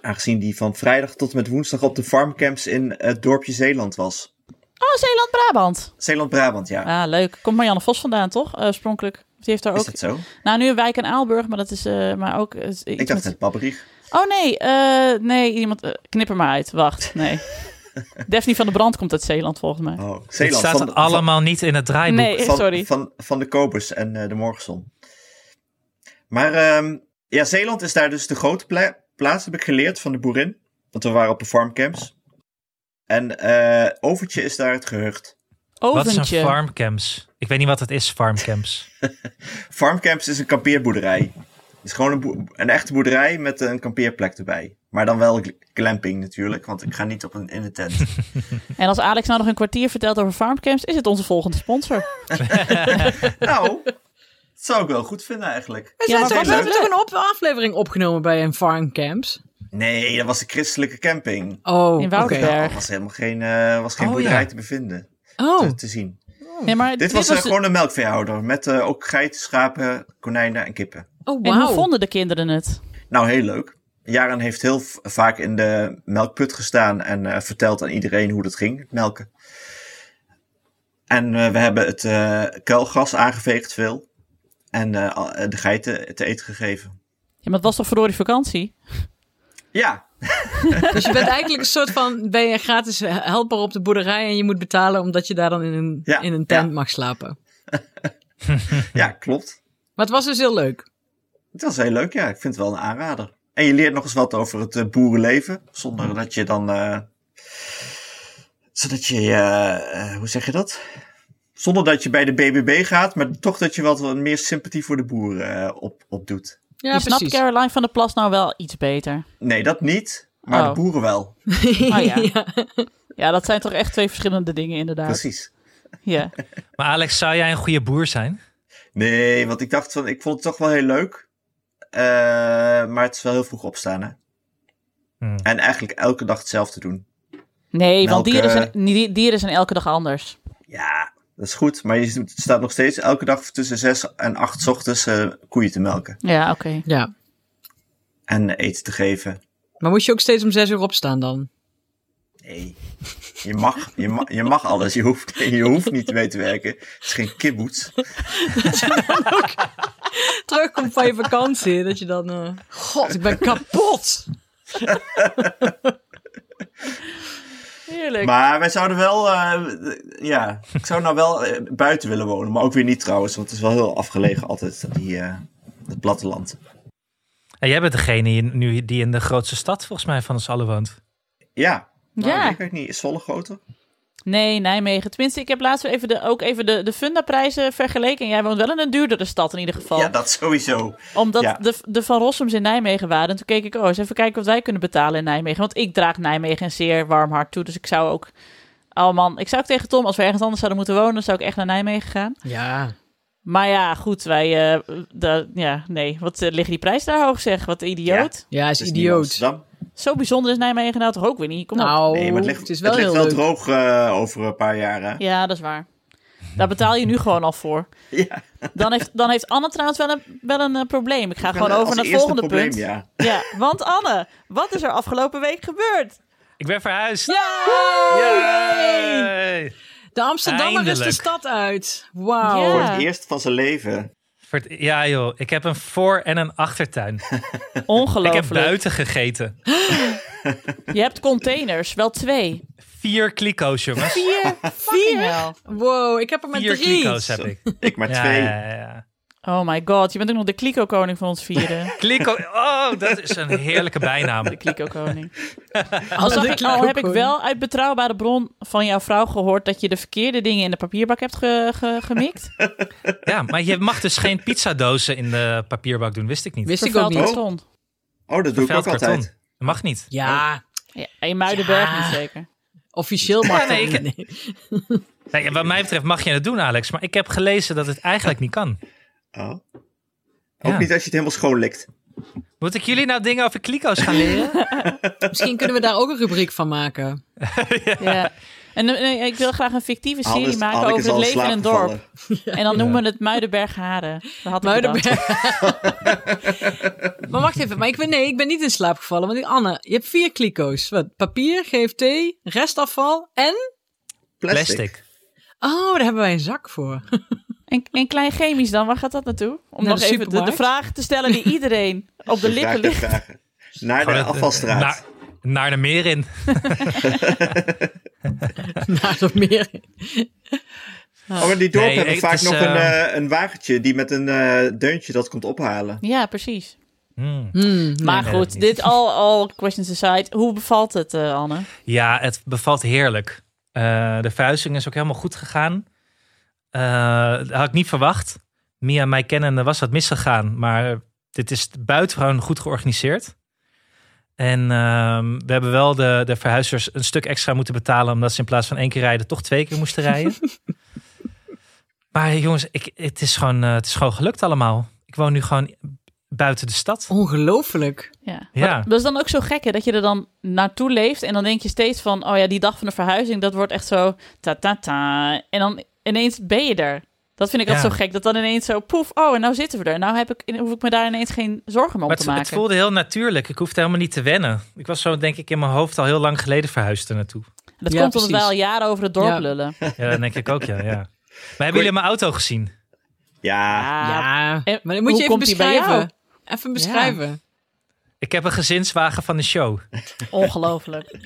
Speaker 3: Aangezien die van vrijdag tot en met woensdag op de farmcamps in het dorpje Zeeland was.
Speaker 1: Oh, Zeeland-Brabant.
Speaker 3: Zeeland-Brabant, ja.
Speaker 1: Ah, leuk. Komt Marianne Vos vandaan, toch? Eh, Oorspronkelijk. Die heeft daar
Speaker 3: Is
Speaker 1: ook...
Speaker 3: dat zo?
Speaker 1: Nou, nu een wijk in Aalburg, maar dat is... eh, maar ook, eh, iets
Speaker 3: Ik
Speaker 1: met-
Speaker 3: dacht net Babberich.
Speaker 1: Oh nee, eh, nee, iemand. eh, knip er maar uit. Wacht, nee. Daphne van der Brand komt uit Zeeland volgens mij.
Speaker 3: Oh, Zeeland.
Speaker 4: Dit staat
Speaker 3: van de- van-
Speaker 4: allemaal niet in het draaiboek.
Speaker 1: Nee,
Speaker 3: van,
Speaker 1: sorry.
Speaker 3: Van, van de Kobus en eh, de Morgenson. Maar ehm, ja, Zeeland is daar dus de grote pla- plaats, heb ik geleerd van de boerin. Want we waren op de farmcamps. En eh, Overtje is daar het gehucht.
Speaker 4: Wat zijn
Speaker 1: Oventje.
Speaker 4: farmcamps? Ik weet niet wat het is, farmcamps.
Speaker 3: Farmcamps is een kampeerboerderij. Het is gewoon een, boe- een echte boerderij met een kampeerplek erbij. Maar dan wel gl- glamping natuurlijk, want ik ga niet op een, in een tent.
Speaker 1: En als Alex nou nog een kwartier vertelt over farmcamps, is het onze volgende sponsor.
Speaker 3: nou, dat zou ik wel goed vinden eigenlijk.
Speaker 1: Ja, maar
Speaker 2: we
Speaker 1: wat
Speaker 3: Zeeland.
Speaker 2: hebben toch een op- aflevering opgenomen bij een farmcamps?
Speaker 3: Nee, dat was een christelijke camping.
Speaker 2: Oh,
Speaker 1: In
Speaker 2: oké.
Speaker 1: Woudenberg.
Speaker 3: Er was helemaal geen, eh, was geen
Speaker 4: Oh,
Speaker 3: boerderij
Speaker 4: ja.
Speaker 3: te bevinden,
Speaker 2: Oh,
Speaker 3: te, te zien.
Speaker 1: Nee, maar
Speaker 3: Dit was, eh,
Speaker 1: de-
Speaker 3: gewoon een melkveehouder met eh, ook geiten, schapen, konijnen en kippen.
Speaker 2: Oh,
Speaker 1: En hoe
Speaker 2: wauw.
Speaker 1: vonden de kinderen het?
Speaker 3: Nou, heel leuk. Jaren heeft heel v- vaak in de melkput gestaan en eh, verteld aan iedereen hoe dat ging, het melken. En eh, we hebben het eh, kuilgras aangeveegd veel. En eh, al- eh, de geiten te eten gegeven.
Speaker 1: Ja, maar het was toch verdorie vakantie?
Speaker 3: Ja,
Speaker 2: Dus je bent eigenlijk een soort van, ben je een gratis eh, helper op de boerderij en je moet betalen omdat je daar dan in een,
Speaker 3: Ja,
Speaker 2: in een tent
Speaker 3: ja.
Speaker 2: mag slapen.
Speaker 3: ja, klopt.
Speaker 2: Maar het was dus heel leuk.
Speaker 3: Het was heel leuk, ja. Ik vind het wel een aanrader. En je leert nog eens wat over het eh, boerenleven. Zonder dat je dan. eh, zodat je. eh, eh, hoe zeg je dat? Zonder dat je bij de BBB gaat, maar toch dat je wat wat meer sympathie voor de boeren eh, op, opdoet.
Speaker 2: Ja,
Speaker 1: je snapt
Speaker 2: precies.
Speaker 1: Caroline van der Plas nou wel iets beter.
Speaker 3: Nee, dat niet. Maar
Speaker 1: Oh.
Speaker 3: de boeren wel.
Speaker 1: Oh ja.
Speaker 2: Ja.
Speaker 1: Ja, dat zijn toch echt twee verschillende dingen inderdaad.
Speaker 3: Precies.
Speaker 1: Ja.
Speaker 4: Maar Alex, zou jij een goede boer zijn?
Speaker 3: Nee, want ik dacht van. Ik vond het toch wel heel leuk. Eh, maar het is wel heel vroeg opstaan, hè?
Speaker 4: Hmm.
Speaker 3: En eigenlijk elke dag hetzelfde doen.
Speaker 1: Nee, want
Speaker 3: Melken.
Speaker 1: dieren zijn, die- dieren zijn elke dag anders.
Speaker 3: Ja, dat is goed. Maar je staat nog steeds elke dag tussen 6 en 8 's ochtends eh, koeien te melken.
Speaker 1: Ja, oké.
Speaker 2: ja.
Speaker 3: En eten te geven.
Speaker 2: Maar moest je ook steeds om zes uur opstaan dan?
Speaker 3: Nee. Je mag, je ma- je mag alles. Je hoeft, je hoeft niet mee te werken. Het is geen kibboets.
Speaker 2: Terugkomt van je vakantie, dat je dan... eh, God, ik ben kapot!
Speaker 1: Heerlijk.
Speaker 3: Maar wij zouden wel. eh, ja, ik zou nou wel eh, buiten willen wonen. Maar ook weer niet trouwens. Want het is wel heel afgelegen altijd. Die, eh het platteland.
Speaker 4: En jij bent degene die, nu, die in de grootste stad volgens mij van ons allen woont.
Speaker 3: Ja. Nou,
Speaker 1: Ja.
Speaker 3: Ik weet het niet. Is Zwolle groter?
Speaker 1: Nee, Nijmegen. Tenminste, ik heb laatst weer even de, ook even de, de Funda-prijzen vergeleken. En jij woont wel in een duurdere stad in ieder geval.
Speaker 3: Ja, dat sowieso.
Speaker 1: Omdat
Speaker 3: ja.
Speaker 1: de, de Van Rossums in Nijmegen waren. En toen keek ik, oh, eens even kijken wat wij kunnen betalen in Nijmegen. Want ik draag Nijmegen een zeer warm hart toe. Dus ik zou ook... Oh man, ik zou ook tegen Tom, als we ergens anders zouden moeten wonen, zou ik echt naar Nijmegen gaan.
Speaker 2: Ja.
Speaker 1: Maar ja, goed, wij... eh, da- ja, nee. Wat eh, liggen die prijzen daar hoog, zeg? Wat idioot.
Speaker 2: Ja, is
Speaker 3: Het is niet
Speaker 2: idioot.
Speaker 3: Amsterdam.
Speaker 1: Zo bijzonder is Nijmegen nou toch ook weer niet? Kom op.
Speaker 2: Nou,
Speaker 3: Nee, maar het ligt,
Speaker 2: is wel
Speaker 3: ligt
Speaker 2: heel
Speaker 3: wel
Speaker 2: leuk.
Speaker 3: droog eh, over een paar jaar. Hè?
Speaker 1: Ja, dat is waar. Daar betaal je nu gewoon al voor.
Speaker 3: Ja.
Speaker 1: Dan heeft, dan heeft Anne trouwens wel een, wel een eh, probleem. Ik ga gewoon
Speaker 3: Als
Speaker 1: over naar het
Speaker 3: eerste
Speaker 1: volgende
Speaker 3: probleem,
Speaker 1: punt.
Speaker 3: Ja.
Speaker 1: Ja, want Anne, wat is er afgelopen week gebeurd?
Speaker 4: Ik ben verhuisd.
Speaker 1: Ja!
Speaker 4: Yay!
Speaker 2: De Amsterdammer is
Speaker 4: Eindelijk.
Speaker 2: de stad uit. Wauw.
Speaker 1: Ja.
Speaker 3: Het eerst van zijn leven.
Speaker 4: Voor het- Ja joh, ik heb een voor- en een achtertuin. Ik
Speaker 1: Ongelooflijk.
Speaker 4: heb buiten gegeten.
Speaker 1: Je hebt containers, wel twee.
Speaker 4: Vier kliko's jongens.
Speaker 1: Vier, vier.
Speaker 2: Wow, ik heb er maar
Speaker 4: Vier
Speaker 2: drie.
Speaker 4: kliko's heb ik.
Speaker 3: Ik maar
Speaker 4: Ja,
Speaker 3: twee.
Speaker 4: ja, ja.
Speaker 1: Oh my god, je bent ook nog de kliko-koning van ons vieren.
Speaker 4: Kliko, oh dat is een heerlijke bijnaam.
Speaker 1: De kliko-koning. Al,
Speaker 2: Alle
Speaker 1: zag
Speaker 2: drie
Speaker 1: ik, al heb ik
Speaker 2: kliko's.
Speaker 1: wel uit betrouwbare bron van jouw vrouw gehoord... dat je de verkeerde dingen in de papierbak hebt ge- ge- gemikt.
Speaker 4: Ja, maar je mag dus geen pizzadozen in de papierbak doen, wist ik niet.
Speaker 2: Wist ik ook
Speaker 1: Vervuild
Speaker 2: niet.
Speaker 1: karton.
Speaker 3: Oh, dat doe ik ook
Speaker 4: Vervuild karton.
Speaker 3: altijd.
Speaker 4: Dat mag niet.
Speaker 2: Ja,
Speaker 1: Ja, in Muidenberg
Speaker 2: Ja.
Speaker 1: niet zeker.
Speaker 2: officieel mag
Speaker 4: Ja, nee,
Speaker 2: dat niet.
Speaker 4: Nee, wat mij betreft mag je het doen, Alex. Maar ik heb gelezen dat het eigenlijk niet kan.
Speaker 3: Oh. Ook
Speaker 4: Ja.
Speaker 3: niet als je het helemaal schoon likt.
Speaker 4: Moet ik jullie nou dingen over kliko's gaan leren?
Speaker 2: Misschien kunnen we daar ook een rubriek van maken.
Speaker 1: Ja. En eh, ik wil graag een fictieve serie
Speaker 3: Anders
Speaker 1: maken
Speaker 3: had ik
Speaker 1: over
Speaker 3: eens al
Speaker 1: het
Speaker 3: in
Speaker 1: leven in
Speaker 3: slaap
Speaker 1: een dorp.
Speaker 3: gevallen.
Speaker 1: En dan noemen we het Muidenberg Haren. Dat had ik bedacht.
Speaker 2: Muidenberg. maar wacht even, maar ik ben, nee, ik ben niet in slaap gevallen. Want ik, Anne, je hebt vier kliko's. Wat? Papier, GFT, restafval en...
Speaker 3: Plastic.
Speaker 4: Plastic.
Speaker 2: Oh, daar hebben wij een zak voor.
Speaker 1: En, en klein chemisch dan, waar gaat dat naartoe? Om
Speaker 2: Naar
Speaker 1: nog
Speaker 2: de
Speaker 1: even de, de
Speaker 2: supermarkt.
Speaker 1: vraag te stellen die iedereen op de
Speaker 3: Ik vraag
Speaker 1: lippen
Speaker 3: de
Speaker 1: ligt.
Speaker 3: vragen. Naar
Speaker 4: Gewoon
Speaker 3: de
Speaker 4: het-
Speaker 3: afvalstraat.
Speaker 4: Naar, naar de meer in.
Speaker 2: nou, dat meer.
Speaker 3: Oh, maar die dorpen
Speaker 4: Nee,
Speaker 1: het
Speaker 3: hebben vaak
Speaker 4: is,
Speaker 3: nog
Speaker 4: eh,
Speaker 3: een, eh, een wagentje die met een eh, deuntje dat komt ophalen.
Speaker 1: Ja, precies.
Speaker 4: Hmm.
Speaker 2: Hmm.
Speaker 1: Maar
Speaker 4: nee, dat
Speaker 1: goed,
Speaker 4: niet.
Speaker 1: dit al, al questions aside. Hoe bevalt het, eh, Anne?
Speaker 4: Ja, het bevalt heerlijk. Eh, de verhuizing is ook helemaal goed gegaan. Eh, dat had ik niet verwacht. Mia en mij kennende was wat misgegaan. Maar dit is buitengewoon goed georganiseerd. En ehm, we hebben wel de, de verhuizers een stuk extra moeten betalen. Omdat ze in plaats van één keer rijden toch twee keer moesten rijden. maar jongens, ik, het, is gewoon, eh, het is gewoon gelukt allemaal. Ik woon nu gewoon buiten de stad.
Speaker 2: Ongelooflijk.
Speaker 1: Ja.
Speaker 4: Ja.
Speaker 1: Maar Dat is dan ook zo gek, hè? Dat je er dan naartoe leeft en dan denk je steeds van... Oh ja, die dag van de verhuizing, dat wordt echt zo... Ta-ta-ta. En dan ineens ben je er. Dat vind ik altijd
Speaker 4: Ja.
Speaker 1: zo gek. Dat dan ineens zo poef, oh en nou zitten we er. Nou heb ik, hoef ik me daar ineens geen zorgen meer om
Speaker 4: Maar
Speaker 1: te
Speaker 4: het,
Speaker 1: maken.
Speaker 4: het voelde heel natuurlijk. Ik hoefde helemaal niet te wennen. Ik was zo, denk ik, in mijn hoofd al heel lang geleden verhuisd er naartoe.
Speaker 1: Dat
Speaker 2: Ja,
Speaker 1: komt omdat wij al
Speaker 2: precies.
Speaker 1: jaren over het dorp
Speaker 2: Ja.
Speaker 1: lullen.
Speaker 4: Ja, dat denk ik ook, ja. ja. Maar hebben jullie mijn auto gezien?
Speaker 3: Ja,
Speaker 2: Ja, Eh,
Speaker 1: En
Speaker 2: maar dat
Speaker 1: hoe
Speaker 2: moet je even
Speaker 1: komt die bij jou?
Speaker 2: beschrijven. Even beschrijven.
Speaker 4: Ik heb een gezinswagen van de show.
Speaker 1: Ongelooflijk.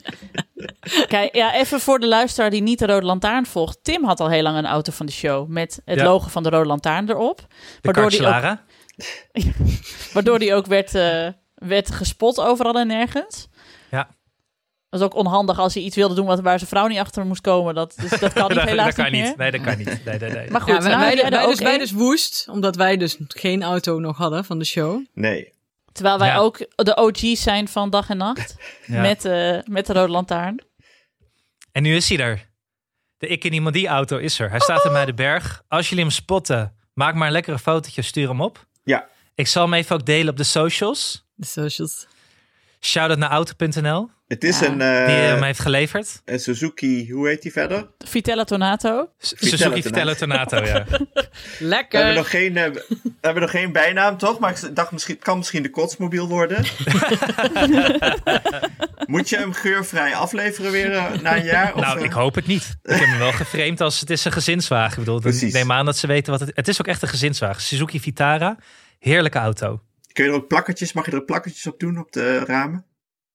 Speaker 1: Kijk, ja, even voor de luisteraar die niet de Rode Lantaarn volgt. Tim had al heel lang een auto van de show met het
Speaker 4: Ja.
Speaker 1: logo van de Rode Lantaarn erop.
Speaker 4: De
Speaker 1: die ook,
Speaker 4: Kartselara.
Speaker 1: waardoor die ook werd, eh, werd gespot overal en nergens.
Speaker 4: Ja.
Speaker 1: Dat is ook onhandig als hij iets wilde doen wat, waar zijn vrouw niet achter moest komen. Dat, dus dat kan niet,
Speaker 4: dat,
Speaker 1: helaas
Speaker 4: dat kan
Speaker 1: niet meer.
Speaker 4: niet. Nee, dat kan niet. Nee, nee, nee.
Speaker 1: Maar goed,
Speaker 2: ja, maar
Speaker 1: nou
Speaker 2: wij,
Speaker 1: heb jij
Speaker 2: wij,
Speaker 1: er ook
Speaker 2: dus, wij
Speaker 1: één.
Speaker 2: dus woest, omdat wij dus geen auto nog hadden van de show.
Speaker 3: nee.
Speaker 1: Terwijl wij
Speaker 4: Ja.
Speaker 1: ook de OG's zijn van dag en nacht.
Speaker 4: Ja.
Speaker 1: Met, eh, met de Rode Lantaarn.
Speaker 4: En nu is hij er. De Ik en Iemand Die auto is er. Hij staat in de berg. Als jullie hem spotten, maak maar een lekkere fotootje. Stuur hem op.
Speaker 3: Ja.
Speaker 4: Ik zal hem even ook delen op de socials.
Speaker 2: De socials.
Speaker 4: Shout-out naar auto.nl,
Speaker 3: Het is
Speaker 1: Ja.
Speaker 3: een,
Speaker 4: die
Speaker 3: eh,
Speaker 4: hem heeft geleverd.
Speaker 3: een Suzuki, hoe heet die verder?
Speaker 1: Vitella Tornato.
Speaker 4: S-
Speaker 3: Vitello
Speaker 4: Suzuki Vitello Tornato, ja.
Speaker 3: We hebben, nog
Speaker 2: Lekker.
Speaker 3: geen, eh, we hebben nog geen bijnaam, toch? Maar ik dacht, misschien, het kan misschien de kotsmobiel worden. Moet je hem geurvrij afleveren weer eh, na een jaar? Of,
Speaker 4: Nou,
Speaker 3: eh,
Speaker 4: ik hoop het niet. Ik heb hem wel geframed als het is een gezinswagen. Ik bedoel,
Speaker 3: Precies.
Speaker 4: ik neem aan dat ze weten wat het... Het is ook echt een gezinswagen. Suzuki Vitara, heerlijke auto.
Speaker 3: Kun je er ook plakkertjes, mag je er ook plakkertjes op doen op de ramen?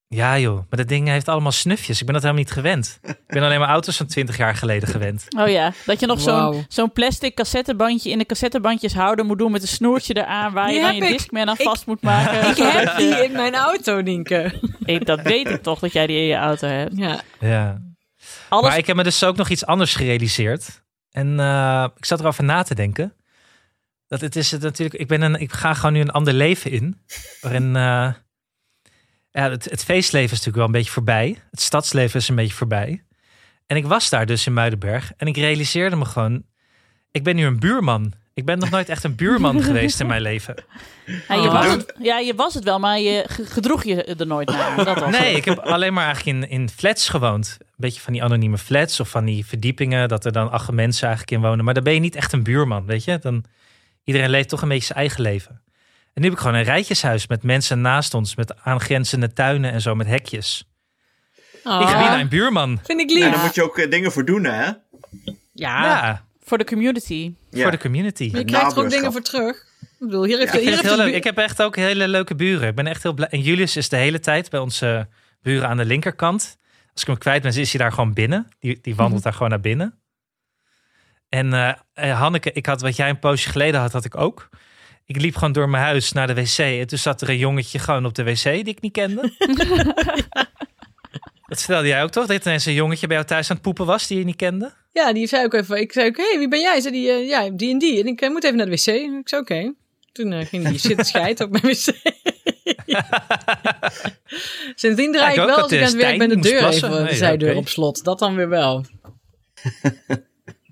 Speaker 4: Ja joh, maar dat ding heeft allemaal snufjes. Ik ben dat helemaal niet gewend. Ik ben alleen maar auto's van 20 jaar geleden gewend.
Speaker 1: Oh ja, dat je nog
Speaker 2: Wauw.
Speaker 1: zo'n zo'n plastic cassettebandje in de cassettebandjes houden moet doen met een snoertje eraan waar je
Speaker 2: Die
Speaker 1: dan je
Speaker 2: heb ik.
Speaker 1: Discman aan
Speaker 2: Ik-
Speaker 1: vast moet maken.
Speaker 2: Ik heb die in mijn auto, Nienke.
Speaker 1: Ik- dat weet ik toch, dat jij die in je auto hebt.
Speaker 2: Ja.
Speaker 4: Ja.
Speaker 1: Alles,
Speaker 4: Maar ik heb me dus ook nog iets anders gerealiseerd. En eh, ik zat erover na te denken. Dat het is het natuurlijk. Ik, ben een, ik ga gewoon nu een ander leven in. Waarin. eh, ja, het, het feestleven is natuurlijk wel een beetje voorbij. Het stadsleven is een beetje voorbij. En ik was daar dus in Muidenberg. En ik realiseerde me gewoon. Ik ben nu een buurman. Ik ben nog nooit echt een buurman geweest in mijn leven.
Speaker 1: ja, je
Speaker 2: Oh.
Speaker 1: was het, ja, je was het wel, maar je ge- gedroeg je er nooit naar. Dat was
Speaker 4: Nee,
Speaker 1: het.
Speaker 4: ik heb alleen maar eigenlijk in, in flats gewoond. Een beetje van die anonieme flats of van die verdiepingen. Dat er dan acht mensen eigenlijk in wonen. Maar dan ben je niet echt een buurman, weet je. Dan, iedereen leeft toch een beetje zijn eigen leven. En nu heb ik gewoon een rijtjeshuis met mensen naast ons. Met aangrenzende tuinen en zo, met hekjes. Ik ben niet
Speaker 2: Oh,
Speaker 4: mijn buurman.
Speaker 2: vind ik
Speaker 3: En
Speaker 2: lief.
Speaker 3: daar
Speaker 1: Ja.
Speaker 3: moet je ook eh, dingen voor doen, hè?
Speaker 2: Ja.
Speaker 4: Ja,
Speaker 1: Voor de community.
Speaker 3: Ja.
Speaker 4: Ah, voor de community.
Speaker 2: Maar je
Speaker 4: Ik
Speaker 2: krijgt er ook dingen
Speaker 3: Nabuurschap.
Speaker 2: voor terug. Ik bedoel, hier heeft, hier
Speaker 3: Ja,
Speaker 4: vind het
Speaker 2: heeft
Speaker 4: heel
Speaker 2: de
Speaker 4: leuk.
Speaker 2: bu-
Speaker 4: Ik heb echt ook hele leuke buren. Ik ben echt heel blij. En Julius is de hele tijd bij onze buren aan de linkerkant. Als ik hem kwijt ben, is hij daar gewoon binnen. Die, die wandelt
Speaker 2: Mhm.
Speaker 4: daar gewoon naar binnen. En eh, eh, Hanneke, ik had wat jij een poosje geleden had, had ik ook. Ik liep gewoon door mijn huis naar de wc. En toen zat er een jongetje gewoon op de wc die ik niet kende. dat vertelde jij ook toch? Dat er ineens een jongetje bij jou thuis aan het poepen was die je niet kende?
Speaker 2: Ja, die zei ook even. Ik zei ook, hey, wie ben jij? Zei die, eh, ja, die en die. En ik eh, moet even naar de wc. En ik zei, oké. Toen eh, ging die zitten scheiden op mijn wc. Sindsdien
Speaker 4: Ja,
Speaker 2: draai
Speaker 4: ik
Speaker 2: ik wel
Speaker 4: ook. Het
Speaker 2: als ik aan
Speaker 4: is
Speaker 2: het werk
Speaker 4: tijd,
Speaker 2: ben de
Speaker 4: moest
Speaker 2: deur
Speaker 4: plassen.
Speaker 2: even, de
Speaker 4: Nee,
Speaker 2: zijdeur
Speaker 4: oké.
Speaker 2: op slot. Dat dan weer wel.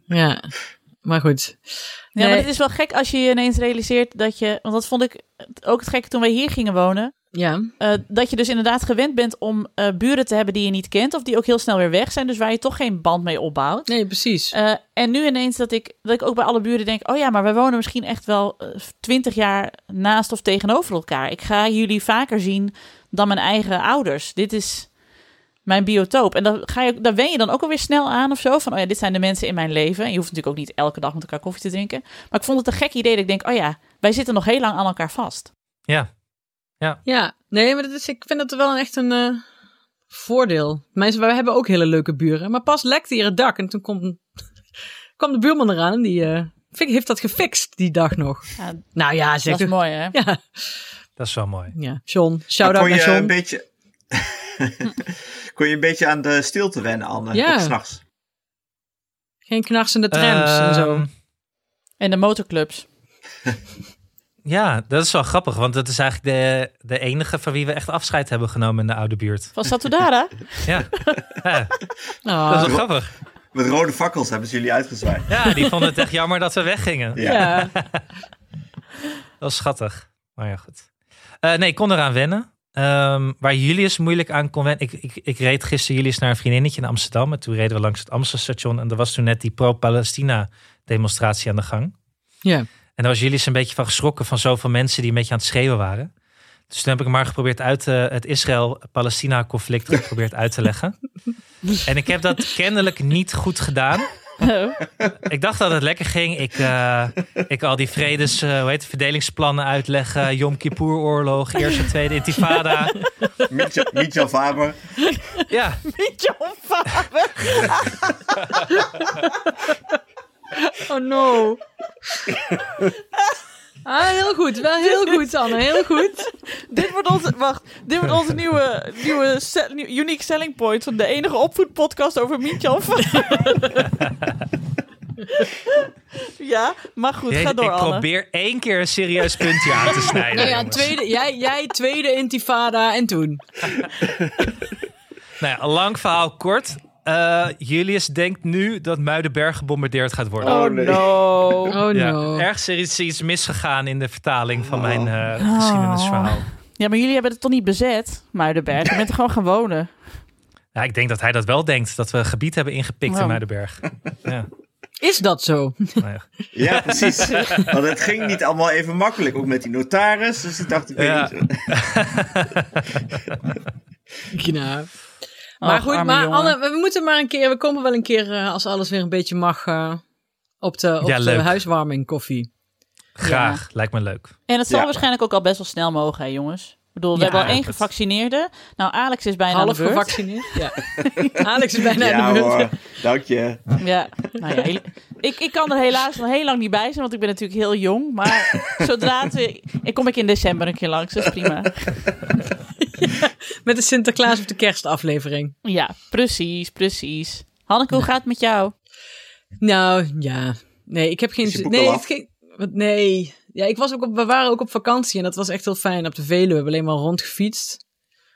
Speaker 2: ja, maar goed.
Speaker 1: Ja, maar het is wel gek als je je ineens realiseert dat je... Want dat vond ik ook het gekke toen wij hier gingen wonen.
Speaker 2: Ja,
Speaker 1: Eh, dat je dus inderdaad gewend bent om eh, buren te hebben die je niet kent. Of die ook heel snel weer weg zijn. Dus waar je toch geen band mee opbouwt.
Speaker 2: nee, precies.
Speaker 1: Eh, en nu ineens dat ik, dat ik ook bij alle buren denk... oh ja, maar wij wonen misschien echt wel eh, twintig jaar naast of tegenover elkaar. Ik ga jullie vaker zien dan mijn eigen ouders. Dit is mijn biotoop. En dan, ga je, dan wen je dan ook alweer snel aan of zo. Van, oh ja, dit zijn de mensen in mijn leven. En je hoeft natuurlijk ook niet elke dag met elkaar koffie te drinken. Maar ik vond het een gek idee dat ik denk... oh ja, wij zitten nog heel lang aan elkaar vast.
Speaker 4: Ja,
Speaker 2: Ja, nee, maar dat is, ik vind dat wel een- echt een eh, voordeel. Mensen, wij hebben ook hele leuke buren. Maar pas lekte hier het dak en toen kwam, kwam de buurman eraan en die eh, fi- heeft dat gefixt die dag nog.
Speaker 1: Ja,
Speaker 2: Nou ja,
Speaker 1: dat is
Speaker 2: zeker.
Speaker 1: mooi, hè?
Speaker 2: Ja,
Speaker 4: dat is wel mooi.
Speaker 2: ja, John.
Speaker 3: Maar
Speaker 2: Shout-out
Speaker 3: kon
Speaker 2: naar
Speaker 3: je een
Speaker 2: John.
Speaker 3: beetje... kon je een beetje aan de stilte wennen, Anne,
Speaker 2: Ja.
Speaker 3: op 's nachts?
Speaker 2: Geen knarsende trams en zo.
Speaker 4: Ehm,
Speaker 1: En de motorclubs.
Speaker 4: Ja, dat is wel grappig, want dat is eigenlijk de, de enige van wie we echt afscheid hebben genomen in de oude buurt.
Speaker 1: Van Satudara?
Speaker 4: Ja, ja
Speaker 2: Ah,
Speaker 4: dat is wel grappig.
Speaker 3: Met rode fakkels hebben ze jullie uitgezwaaid.
Speaker 4: Ja, die vonden het echt jammer dat we weggingen.
Speaker 3: Ja.
Speaker 2: ja.
Speaker 4: Dat was schattig. Maar ja, goed. Eh, nee, ik kon eraan wennen. ehm, waar Julius moeilijk aan kon wennen. Ik, ik, ik reed gisteren Julius naar een vriendinnetje in Amsterdam. En toen reden we langs het Amsterdamstation. En er was toen net die pro-Palestina demonstratie aan de gang.
Speaker 2: Ja.
Speaker 4: En daar was Julius een beetje van geschrokken van zoveel mensen die een beetje aan het schreeuwen waren. Dus toen heb ik hem maar geprobeerd uit eh, het Israël-Palestina conflict geprobeerd uit te leggen. En ik heb dat kennelijk niet goed gedaan.
Speaker 1: Oh,
Speaker 4: Ik dacht dat het lekker ging. Ik, eh, ik al die vredes, eh, hoe heet het, verdelingsplannen uitleggen. Yom Kippur oorlog, Eerste, Tweede Intifada.
Speaker 3: Mitchell, Mitchell Faber.
Speaker 4: Ja,
Speaker 1: John Faber.
Speaker 2: Oh no. Ah, heel goed. Wel heel goed, Anne. Heel goed.
Speaker 1: Dit wordt onze, wacht, dit wordt onze nieuwe, nieuwe se- nieuw- unique selling point van de enige opvoedpodcast over Mietjan Faber. ja, maar goed, ga
Speaker 4: ik
Speaker 1: door Anne.
Speaker 4: probeer één keer een serieus puntje aan te snijden.
Speaker 2: Nou ja,
Speaker 4: jongens.
Speaker 2: tweede, jij, jij tweede intifada en toen.
Speaker 4: Nou ja, lang verhaal kort. Eh, Julius denkt nu dat Muidenberg gebombardeerd gaat worden.
Speaker 1: Oh
Speaker 3: Oh, nee.
Speaker 1: no.
Speaker 2: Oh
Speaker 4: Ja,
Speaker 2: no.
Speaker 4: ergens is iets misgegaan in de vertaling van
Speaker 3: Oh.
Speaker 4: mijn eh, geschiedenisverhaal.
Speaker 1: Ja, maar jullie hebben het toch niet bezet, Muidenberg? Je bent er gewoon gaan wonen.
Speaker 4: Ja, ik denk dat hij dat wel denkt, dat we een gebied hebben ingepikt
Speaker 1: Nou.
Speaker 4: in Muidenberg. Ja,
Speaker 2: Is dat zo?
Speaker 4: nou ja.
Speaker 3: Ja, precies. Want het ging niet allemaal even makkelijk. Ook met die notaris. Dus ik dacht, ik weet
Speaker 4: Ja.
Speaker 3: niet.
Speaker 2: Knaap. Maar
Speaker 1: Och,
Speaker 2: goed,
Speaker 1: Oh, arme
Speaker 2: maar
Speaker 1: jongen.
Speaker 2: Anne, we moeten maar een keer, we komen wel een keer, eh, als alles weer een beetje mag, eh, op de, op
Speaker 4: Ja,
Speaker 2: de
Speaker 4: leuk.
Speaker 2: huiswarming koffie.
Speaker 4: Graag, lijkt me leuk.
Speaker 1: En het zal
Speaker 3: Ja.
Speaker 1: waarschijnlijk ook al best wel snel mogen, hè, jongens? Ik bedoel, we
Speaker 2: Ja,
Speaker 1: hebben al
Speaker 4: ik
Speaker 1: één
Speaker 4: hoop het.
Speaker 1: gevaccineerde. Nou, Alex is bijna
Speaker 2: Half
Speaker 1: aan de beurt.
Speaker 2: gevaccineerd. Ja. Alex is bijna
Speaker 3: Ja
Speaker 2: aan de beurt.
Speaker 3: hoor, dank je.
Speaker 1: Ja, nou ja, heel- ik, ik kan er helaas nog heel lang niet bij zijn, want ik ben natuurlijk heel jong. Maar zodra het weer... Ik kom ik in december een keer langs, dat is prima.
Speaker 2: Met de Sinterklaas of de kerstaflevering.
Speaker 1: Ja, precies, precies. Hanneke, hoe gaat het met jou?
Speaker 2: Nou, ja. Nee, ik heb geen...
Speaker 3: Is je boek
Speaker 2: nee,
Speaker 3: al
Speaker 2: het
Speaker 3: af?
Speaker 2: ging- wat- nee. Ja, ik was ook op, we waren ook op vakantie en dat was echt heel fijn. Op de Veluwe we hebben alleen maar rondgefietst.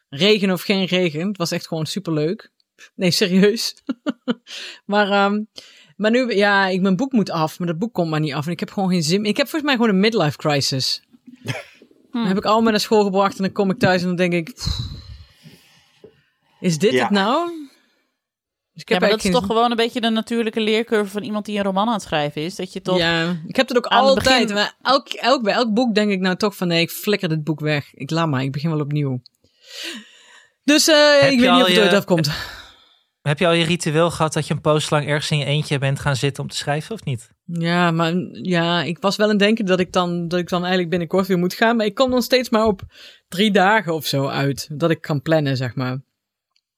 Speaker 2: Regen of geen regen. Het was echt gewoon superleuk. Nee, serieus. maar, ehm, maar nu, ja, ik, mijn boek moet af. Maar dat boek komt maar niet af. En ik heb gewoon geen zin. Ik heb volgens mij gewoon een midlife crisis. Dan heb ik al mijn naar school gebracht en dan kom ik thuis en dan denk ik... pff, is dit
Speaker 3: Ja.
Speaker 2: het nou? Dus ik
Speaker 1: Ja, maar
Speaker 2: eigenlijk
Speaker 1: dat is
Speaker 2: geen-
Speaker 1: toch gewoon een beetje de natuurlijke leercurve van iemand die een roman aan het schrijven is. Dat je toch...
Speaker 2: Ja, ik heb dat ook
Speaker 1: Aan het
Speaker 2: altijd.
Speaker 1: begin-
Speaker 2: Maar elk, elk, bij elk boek denk ik nou toch van nee, ik flikker dit boek weg. Ik laat maar, ik begin wel opnieuw. Dus eh,
Speaker 4: je
Speaker 2: ik weet
Speaker 4: al
Speaker 2: niet of het
Speaker 4: je-
Speaker 2: ooit afkomt.
Speaker 4: Heb je al je ritueel gehad dat je een post lang ergens in je eentje bent gaan zitten om te schrijven of niet?
Speaker 2: Ja, maar ja, ik was wel aan het denken dat ik, dan, dat ik dan eigenlijk binnenkort weer moet gaan. Maar ik kom dan steeds maar op drie dagen of zo uit. Dat ik kan plannen, zeg maar.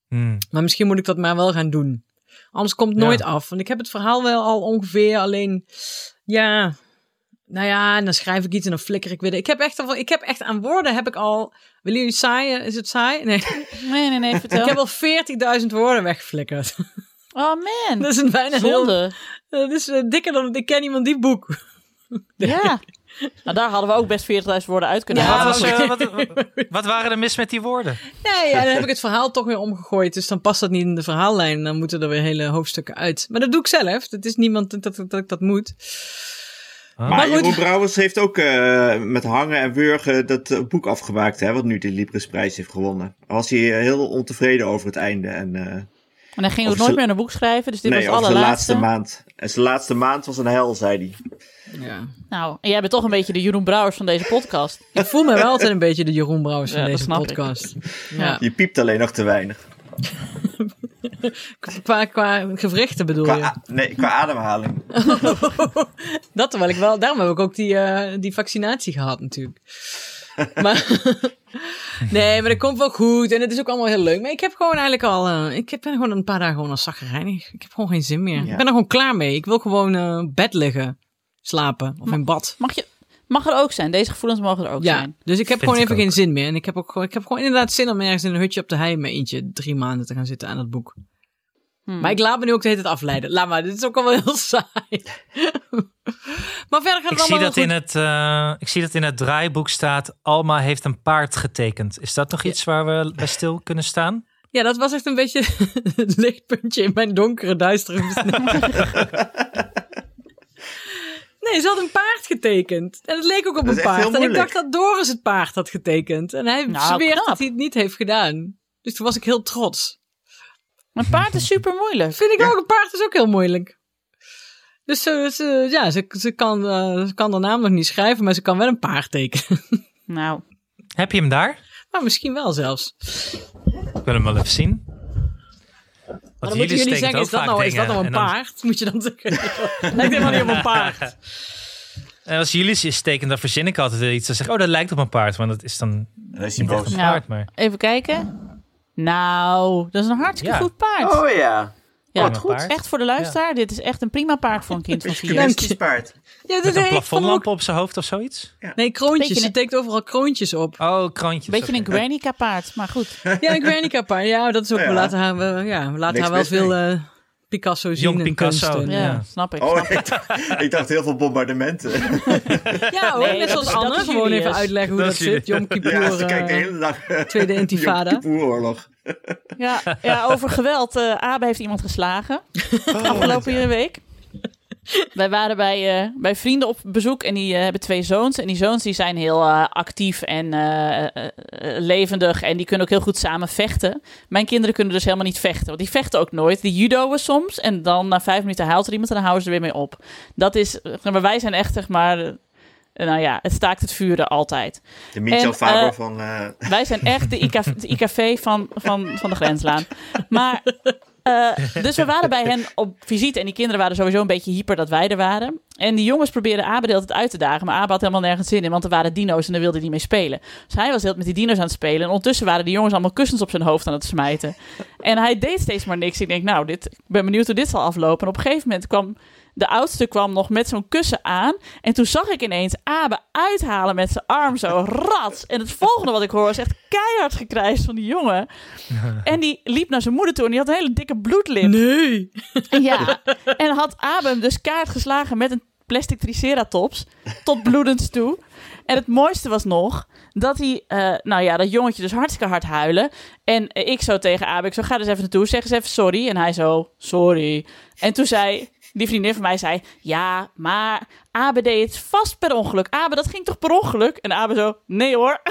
Speaker 4: Hmm.
Speaker 2: Maar misschien moet ik dat maar wel gaan doen. Anders komt het
Speaker 4: Ja.
Speaker 2: nooit af. Want ik heb het verhaal wel al ongeveer. Alleen, ja. Nou ja, en dan schrijf ik iets en dan flikker ik weer. Ik heb echt, al, ik heb echt aan woorden heb ik al. Willen jullie saai? Is het saai? Nee.
Speaker 1: Nee, nee, nee, vertel.
Speaker 2: Ik heb al 40.000 woorden weggeflikkerd.
Speaker 1: Oh man,
Speaker 2: Dat is een bijna heel.
Speaker 1: zonde.
Speaker 2: Dat is eh, dikker dan. Ik ken iemand die boek.
Speaker 1: Ja. Nou, daar hadden we ook best 40.000 woorden uit kunnen
Speaker 2: Ja,
Speaker 1: halen.
Speaker 4: wat, was,
Speaker 2: oké.
Speaker 4: eh, wat, wat waren er mis met die woorden?
Speaker 2: Nee, ja, dan heb ik het verhaal toch weer omgegooid. Dus dan past dat niet in de verhaallijn. Dan moeten er weer hele hoofdstukken uit. Maar dat doe ik zelf. Het is niemand dat, dat, dat ik dat moet.
Speaker 3: Maar,
Speaker 2: Maar goed.
Speaker 3: Jeroen Brouwers heeft ook eh, met hangen en wurgen dat eh, boek afgemaakt, hè, wat nu de Librisprijs heeft gewonnen. Daar was hij eh, heel ontevreden over het einde. En, eh,
Speaker 1: En hij ging
Speaker 3: Of
Speaker 1: ook nooit
Speaker 3: ze-
Speaker 1: meer een boek schrijven, dus dit
Speaker 3: nee,
Speaker 1: was
Speaker 3: over
Speaker 1: het
Speaker 3: zijn laatste
Speaker 1: allerlaatste.
Speaker 3: maand. En zijn laatste maand was een hel, zei hij.
Speaker 2: Ja.
Speaker 1: Nou, en jij bent toch een beetje de Jeroen Brouwers van deze podcast.
Speaker 2: Ik voel me wel altijd een beetje de Jeroen Brouwers van
Speaker 1: Ja, dat
Speaker 2: deze
Speaker 1: snap ik.
Speaker 2: podcast.
Speaker 1: Ja.
Speaker 2: Ja.
Speaker 3: Je piept alleen nog te weinig.
Speaker 2: Qua, qua gewrichten bedoel
Speaker 3: Qua,
Speaker 2: je?
Speaker 3: a- nee, qua ademhaling.
Speaker 2: Dat terwijl ik wel. Daarom heb ik ook die, eh, die vaccinatie gehad natuurlijk. Maar, nee, maar dat komt wel goed. En het is ook allemaal heel leuk. Maar ik heb gewoon eigenlijk al... eh, ik heb- ben gewoon een paar dagen gewoon al zaggerijnig. Ik heb gewoon geen zin meer.
Speaker 3: Ja.
Speaker 2: Ik ben er gewoon klaar mee. Ik wil gewoon eh, op bed liggen. Slapen. Of in bad.
Speaker 1: Mag, je, mag er ook zijn. Deze gevoelens mogen er ook
Speaker 2: Ja,
Speaker 1: zijn.
Speaker 2: dus ik heb
Speaker 4: Vind
Speaker 2: gewoon
Speaker 4: ik
Speaker 2: even
Speaker 4: ook.
Speaker 2: geen zin meer. En ik heb, ook, gewoon- ik heb gewoon inderdaad zin om ergens in een hutje op de hei met eentje drie maanden te gaan zitten aan dat boek.
Speaker 1: Hmm.
Speaker 2: Maar ik laat me nu ook de hele tijd afleiden. Laat maar, dit is ook al wel heel saai. maar verder gaat het
Speaker 4: Ik
Speaker 2: allemaal
Speaker 4: zie,
Speaker 2: wel
Speaker 4: dat
Speaker 2: goed.
Speaker 4: in het, eh, ik zie dat in het draaiboek staat, Alma heeft een paard getekend. Is dat nog iets waar we bij stil kunnen staan?
Speaker 2: Ja, dat was echt een beetje het lichtpuntje in mijn donkere, duistere bestaan. Nee, ze had een paard getekend. En het leek ook op
Speaker 3: Dat
Speaker 2: een
Speaker 3: is echt heel
Speaker 2: paard. En ik
Speaker 3: moeilijk.
Speaker 2: dacht dat Doris het paard had getekend. En hij
Speaker 1: Nou,
Speaker 2: zweert
Speaker 1: knap.
Speaker 2: dat hij het niet heeft gedaan. Dus toen was ik heel trots.
Speaker 1: Een paard is super moeilijk.
Speaker 2: Vind ik
Speaker 3: Ja.
Speaker 2: ook, een paard is ook heel moeilijk. Dus ze, ze- ja, ze, ze, kan, eh, ze kan de naam nog niet schrijven, maar ze kan wel een paard tekenen.
Speaker 1: Nou,
Speaker 4: Heb je hem daar?
Speaker 2: maar misschien wel zelfs.
Speaker 4: Ik wil hem wel even zien.
Speaker 2: Maar
Speaker 4: Want
Speaker 2: dan moeten
Speaker 4: jullie
Speaker 2: jullie zeggen,
Speaker 4: steken ook
Speaker 2: is dat,
Speaker 4: vaak
Speaker 2: nou, is
Speaker 4: dingen
Speaker 2: dat nou een
Speaker 4: en dan-
Speaker 2: paard? Moet je dan zeggen, het lijkt helemaal niet op een paard.
Speaker 4: En als jullie ze steken, dan verzin ik altijd weer iets. Dan zeg ik, oh, dat lijkt op een paard. Want dat is dan
Speaker 3: Dan is hij
Speaker 4: niet echt
Speaker 3: boos.
Speaker 4: een
Speaker 1: Nou.
Speaker 4: paard, maar...
Speaker 1: even kijken. Nou, dat is een hartstikke
Speaker 4: Ja.
Speaker 1: goed paard.
Speaker 3: Oh ja.
Speaker 1: ja,
Speaker 4: wat goed.
Speaker 1: Echt voor de luisteraar, dit is echt een prima paard voor een kind van vier.
Speaker 2: Dank
Speaker 3: Humanistisch
Speaker 2: je.
Speaker 3: paard.
Speaker 2: Ja, dat
Speaker 4: Met een
Speaker 2: ik van ook.
Speaker 4: plafondlamp op zijn hoofd of zoiets?
Speaker 2: Nee, kroontjes.
Speaker 1: Beetje
Speaker 2: Ze
Speaker 1: een-
Speaker 2: tekent overal kroontjes op.
Speaker 4: Oh, krantjes.
Speaker 1: Beetje een
Speaker 4: oké.
Speaker 1: Guernica paard, maar goed.
Speaker 2: Ja, ik weet niet, Kappa. Ja, dat is ook.
Speaker 3: Ja.
Speaker 2: We laten haar, wel- ja, we laten
Speaker 3: Niks
Speaker 2: haar wel
Speaker 3: mis
Speaker 2: veel
Speaker 3: mee.
Speaker 2: eh, Picasso zien.
Speaker 4: Jong
Speaker 2: en
Speaker 4: Picasso.
Speaker 2: kunst en-
Speaker 1: Ja,
Speaker 2: Ja,
Speaker 4: Ja.
Speaker 1: snap ik.
Speaker 3: Oh,
Speaker 1: snap ik.
Speaker 3: ik dacht, ik dacht heel veel bombardementen.
Speaker 2: ook
Speaker 1: Nee,
Speaker 2: net
Speaker 1: dat
Speaker 2: zoals
Speaker 1: is- dat
Speaker 2: Anne.
Speaker 1: is
Speaker 2: Gewoon
Speaker 1: Julius.
Speaker 2: even uitleggen hoe
Speaker 4: Dat
Speaker 2: dat,
Speaker 4: is Julius.
Speaker 2: zit. Jom Kippur.
Speaker 3: Ja, ze kijkt de
Speaker 2: eh,
Speaker 3: hele dag. eh,
Speaker 2: Tweede
Speaker 3: Yom
Speaker 2: Intifada.
Speaker 3: Kippur-oorlog.
Speaker 1: Ja, ja, over geweld. eh Abe heeft iemand geslagen. afgelopen week. Wij waren bij, eh, bij vrienden op bezoek en die eh, hebben twee zoons. En die zoons die zijn heel eh, actief en eh, eh, eh, levendig. En die kunnen ook heel goed samen vechten. Mijn kinderen kunnen dus helemaal niet vechten. Want die vechten ook nooit. Die judoën soms. En dan na vijf minuten haalt er iemand en dan houden ze er weer mee op. Dat is, eh, maar wij zijn echt zeg maar... eh, Nou ja, het staakt het vuren altijd.
Speaker 3: De Michel
Speaker 1: En,
Speaker 3: Faber
Speaker 1: eh,
Speaker 3: van... eh,
Speaker 1: Wij zijn echt de, IKV, de IKV van, van, van de grenslaan. Maar, eh, dus we waren bij hen op visite en die kinderen waren sowieso een beetje hyper dat wij er waren. En die jongens probeerden Abe de hele tijd uit te dagen, maar Abe had helemaal nergens zin in, want er waren dino's en daar wilde hij niet mee spelen. Dus hij was heel met die dino's aan het spelen en ondertussen waren die jongens allemaal kussens op zijn hoofd aan het smijten. En hij deed steeds maar niks. Ik denk, nou, dit, ik ben benieuwd hoe dit zal aflopen. En op een gegeven moment kwam de oudste kwam nog met zo'n kussen aan. En toen zag ik ineens Abe uithalen met zijn arm zo rats. En het volgende wat ik hoor is echt keihard gekrijs van die jongen. En die liep naar zijn moeder toe en die had een hele dikke bloedlip.
Speaker 2: Nee.
Speaker 1: Ja. En had Abe hem dus kaart geslagen met een plastic triceratops tot bloedend toe. En het mooiste was nog dat hij, eh, nou ja, dat jongetje dus hartstikke hard huilen. En eh, ik zo tegen Abe, ik zo, ga dus even naartoe, zeg eens even sorry. En hij zo, sorry. En toen zei die vriendin van mij, zei, ja, maar Abe deed het vast per ongeluk. Abe, dat ging toch per ongeluk? En Abe zo, nee hoor.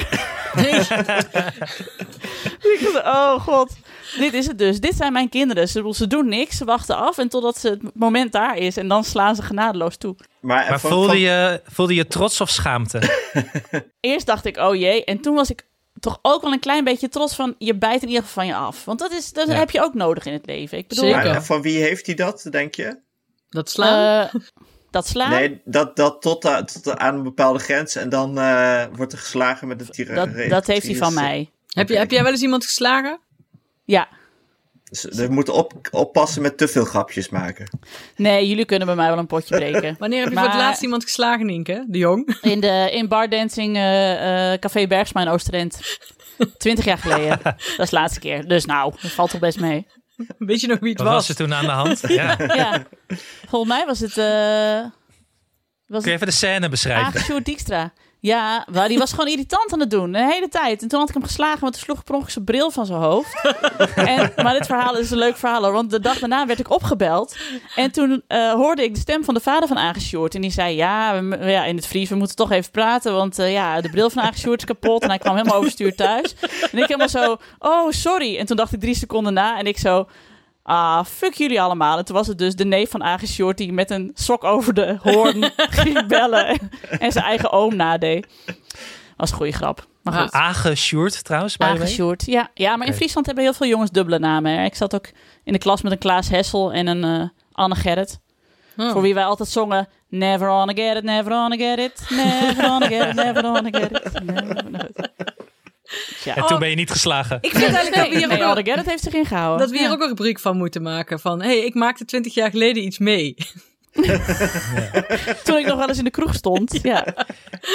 Speaker 1: Ik dacht, oh god, dit is het dus. Dit zijn mijn kinderen. Ze, ze doen niks, ze wachten af en totdat ze het moment daar is. En dan slaan ze genadeloos toe.
Speaker 3: maar
Speaker 4: Maar
Speaker 3: eh, van-
Speaker 4: voelde
Speaker 3: van-
Speaker 4: je, voelde je trots of schaamte?
Speaker 1: Eerst dacht ik, oh jee. En toen was ik toch ook wel een klein beetje trots van... je bijt in ieder geval van je af. Want dat, is, dat
Speaker 4: Ja.
Speaker 1: heb je ook nodig in het leven. Ik bedoel,
Speaker 2: Zeker.
Speaker 3: maar eh, van wie heeft hij dat, denk je?
Speaker 2: Dat slaan.
Speaker 1: eh, dat slaan,
Speaker 3: Nee, dat, dat tot, aan- tot eh, aan een bepaalde grens en dan eh, wordt er geslagen met een tiran.
Speaker 1: dat, dat heeft hij van mij.
Speaker 2: heb, je, heb jij wel eens iemand geslagen?
Speaker 1: Ja.
Speaker 3: Dus we moeten op, oppassen met te veel grapjes maken.
Speaker 1: Nee, jullie kunnen bij mij wel een potje breken.
Speaker 2: Wanneer heb je voor
Speaker 1: Maar-
Speaker 2: het laatst iemand geslagen, Inke? De jong?
Speaker 1: In, de, in bardancing eh, eh, Café Bergsma in Oostrent. Twintig jaar geleden. Dat is de laatste keer. Dus nou, dat valt toch best mee.
Speaker 2: Weet je nog wie het
Speaker 4: Wat
Speaker 2: was?
Speaker 4: was er toen aan de hand? Ja. Kun
Speaker 1: Ja. Volgens mij was het... eh, was
Speaker 4: je
Speaker 1: het
Speaker 4: even de scène beschrijven?
Speaker 1: Aag Sjoerd Dijkstra. Ja, maar die was gewoon irritant aan het doen. De hele tijd. En toen had ik hem geslagen, want toen sloeg ik per ongeluk zijn bril van zijn hoofd. En, maar dit verhaal is een leuk verhaal hoor. Want de dag daarna werd ik opgebeld. En toen eh, hoorde ik de stem van de vader van Aag Sjoerd. En die zei, ja, we- ja, in het Fries, we moeten toch even praten. Want eh, ja, de bril van Aag Sjoerd is kapot. En hij kwam helemaal overstuur thuis. En ik helemaal zo, oh, sorry. En toen dacht ik drie seconden na. En ik zo... Ah, fuck jullie allemaal. En toen was het dus de neef van Agis Short die met een sok over de hoorn ging bellen. en zijn eigen oom nadeed. Was een goede grap. Maar goed.
Speaker 4: Age Sjoerd trouwens, by the
Speaker 1: Agis
Speaker 4: way.
Speaker 1: Short, ja. Ja, maar in
Speaker 4: Oké.
Speaker 1: Friesland hebben heel veel jongens dubbele namen. Hè. Ik zat ook in de klas met een Klaas Hessel en een eh, Anne Gerrit.
Speaker 2: Oh.
Speaker 1: Voor wie wij altijd zongen... Never on get it, never on get it. Never on get it, never on get it. Never on get it. Ja.
Speaker 4: En toen ben je niet geslagen.
Speaker 2: Ik vind eigenlijk dat we
Speaker 1: Nee,
Speaker 2: hier ook
Speaker 1: Anne
Speaker 2: wel-
Speaker 1: Gerrit heeft zich ingehouden.
Speaker 2: dat we hier
Speaker 1: Ja.
Speaker 2: ook een rubriek van moeten maken. Van, hé, hey, ik maakte twintig jaar geleden iets mee.
Speaker 1: Toen ik nog wel eens in de kroeg stond. Ja.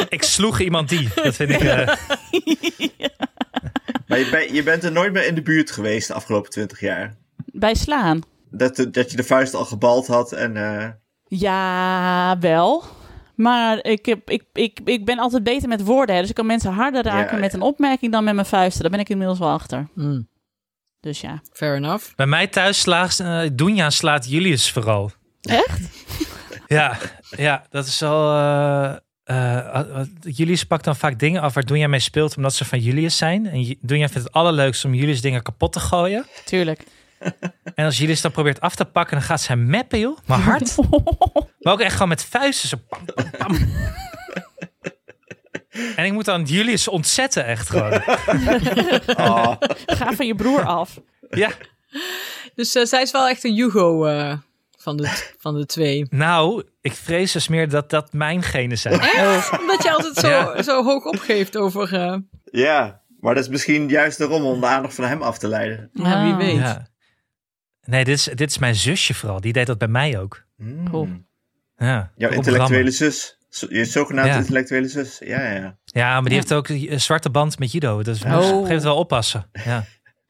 Speaker 4: Ik sloeg iemand die. Dat vind ik... eh,
Speaker 3: Maar je, ben- je bent er nooit meer in de buurt geweest de afgelopen twintig jaar.
Speaker 1: Bij slaan.
Speaker 3: Dat, eh, dat je de vuist al gebald had en... eh,
Speaker 1: Ja, wel. Maar ik, heb, ik, ik, ik ben altijd beter met woorden. Hè? Dus ik kan mensen harder raken
Speaker 3: Ja,
Speaker 1: met
Speaker 3: ja.
Speaker 1: een opmerking dan met mijn vuisten. Daar ben ik inmiddels wel achter.
Speaker 2: Hmm,
Speaker 1: Dus ja.
Speaker 2: fair enough.
Speaker 4: bij mij thuis slaagt, eh Doenja slaat Julius vooral.
Speaker 1: Echt?
Speaker 4: Ja, ja, dat is al. eh, eh, Julius pakt dan vaak dingen af waar Doenja mee speelt, omdat ze van Julius zijn. En Ju- Doenja vindt het allerleukst om Julius dingen kapot te gooien.
Speaker 1: Tuurlijk.
Speaker 4: En als Julius dan probeert af te pakken, dan gaat zij meppen, joh. Maar hard. Maar ook echt gewoon met vuisten. Zo pam, pam, pam. En ik moet dan Julius ontzetten, echt gewoon.
Speaker 3: Ah,
Speaker 1: Ga van je broer af.
Speaker 4: Ja,
Speaker 2: Dus eh, zij is wel echt een Hugo eh, van, de, van de twee.
Speaker 4: nou, ik vrees dus meer dat dat mijn genen zijn.
Speaker 1: Oh.
Speaker 2: Omdat je altijd zo,
Speaker 4: Ja.
Speaker 2: zo hoog opgeeft over... eh,
Speaker 3: ja, maar dat is misschien juist daarom om de aandacht van hem af te leiden.
Speaker 2: ja, wie
Speaker 1: Ah.
Speaker 2: weet.
Speaker 4: Ja. Nee, dit is, dit is mijn zusje vooral. Die deed dat bij mij ook.
Speaker 3: Hmm.
Speaker 1: Cool.
Speaker 4: Ja,
Speaker 3: Jouw
Speaker 4: op
Speaker 3: intellectuele
Speaker 4: rammen.
Speaker 3: zus. Zo- Je zogenaamde
Speaker 4: Ja.
Speaker 3: intellectuele zus. Ja, ja, ja.
Speaker 4: Ja, maar die
Speaker 1: Ja.
Speaker 4: heeft ook een zwarte band met judo. Dus
Speaker 1: Oh.
Speaker 4: oh. geeft wel oppassen. Ja.
Speaker 1: Ja,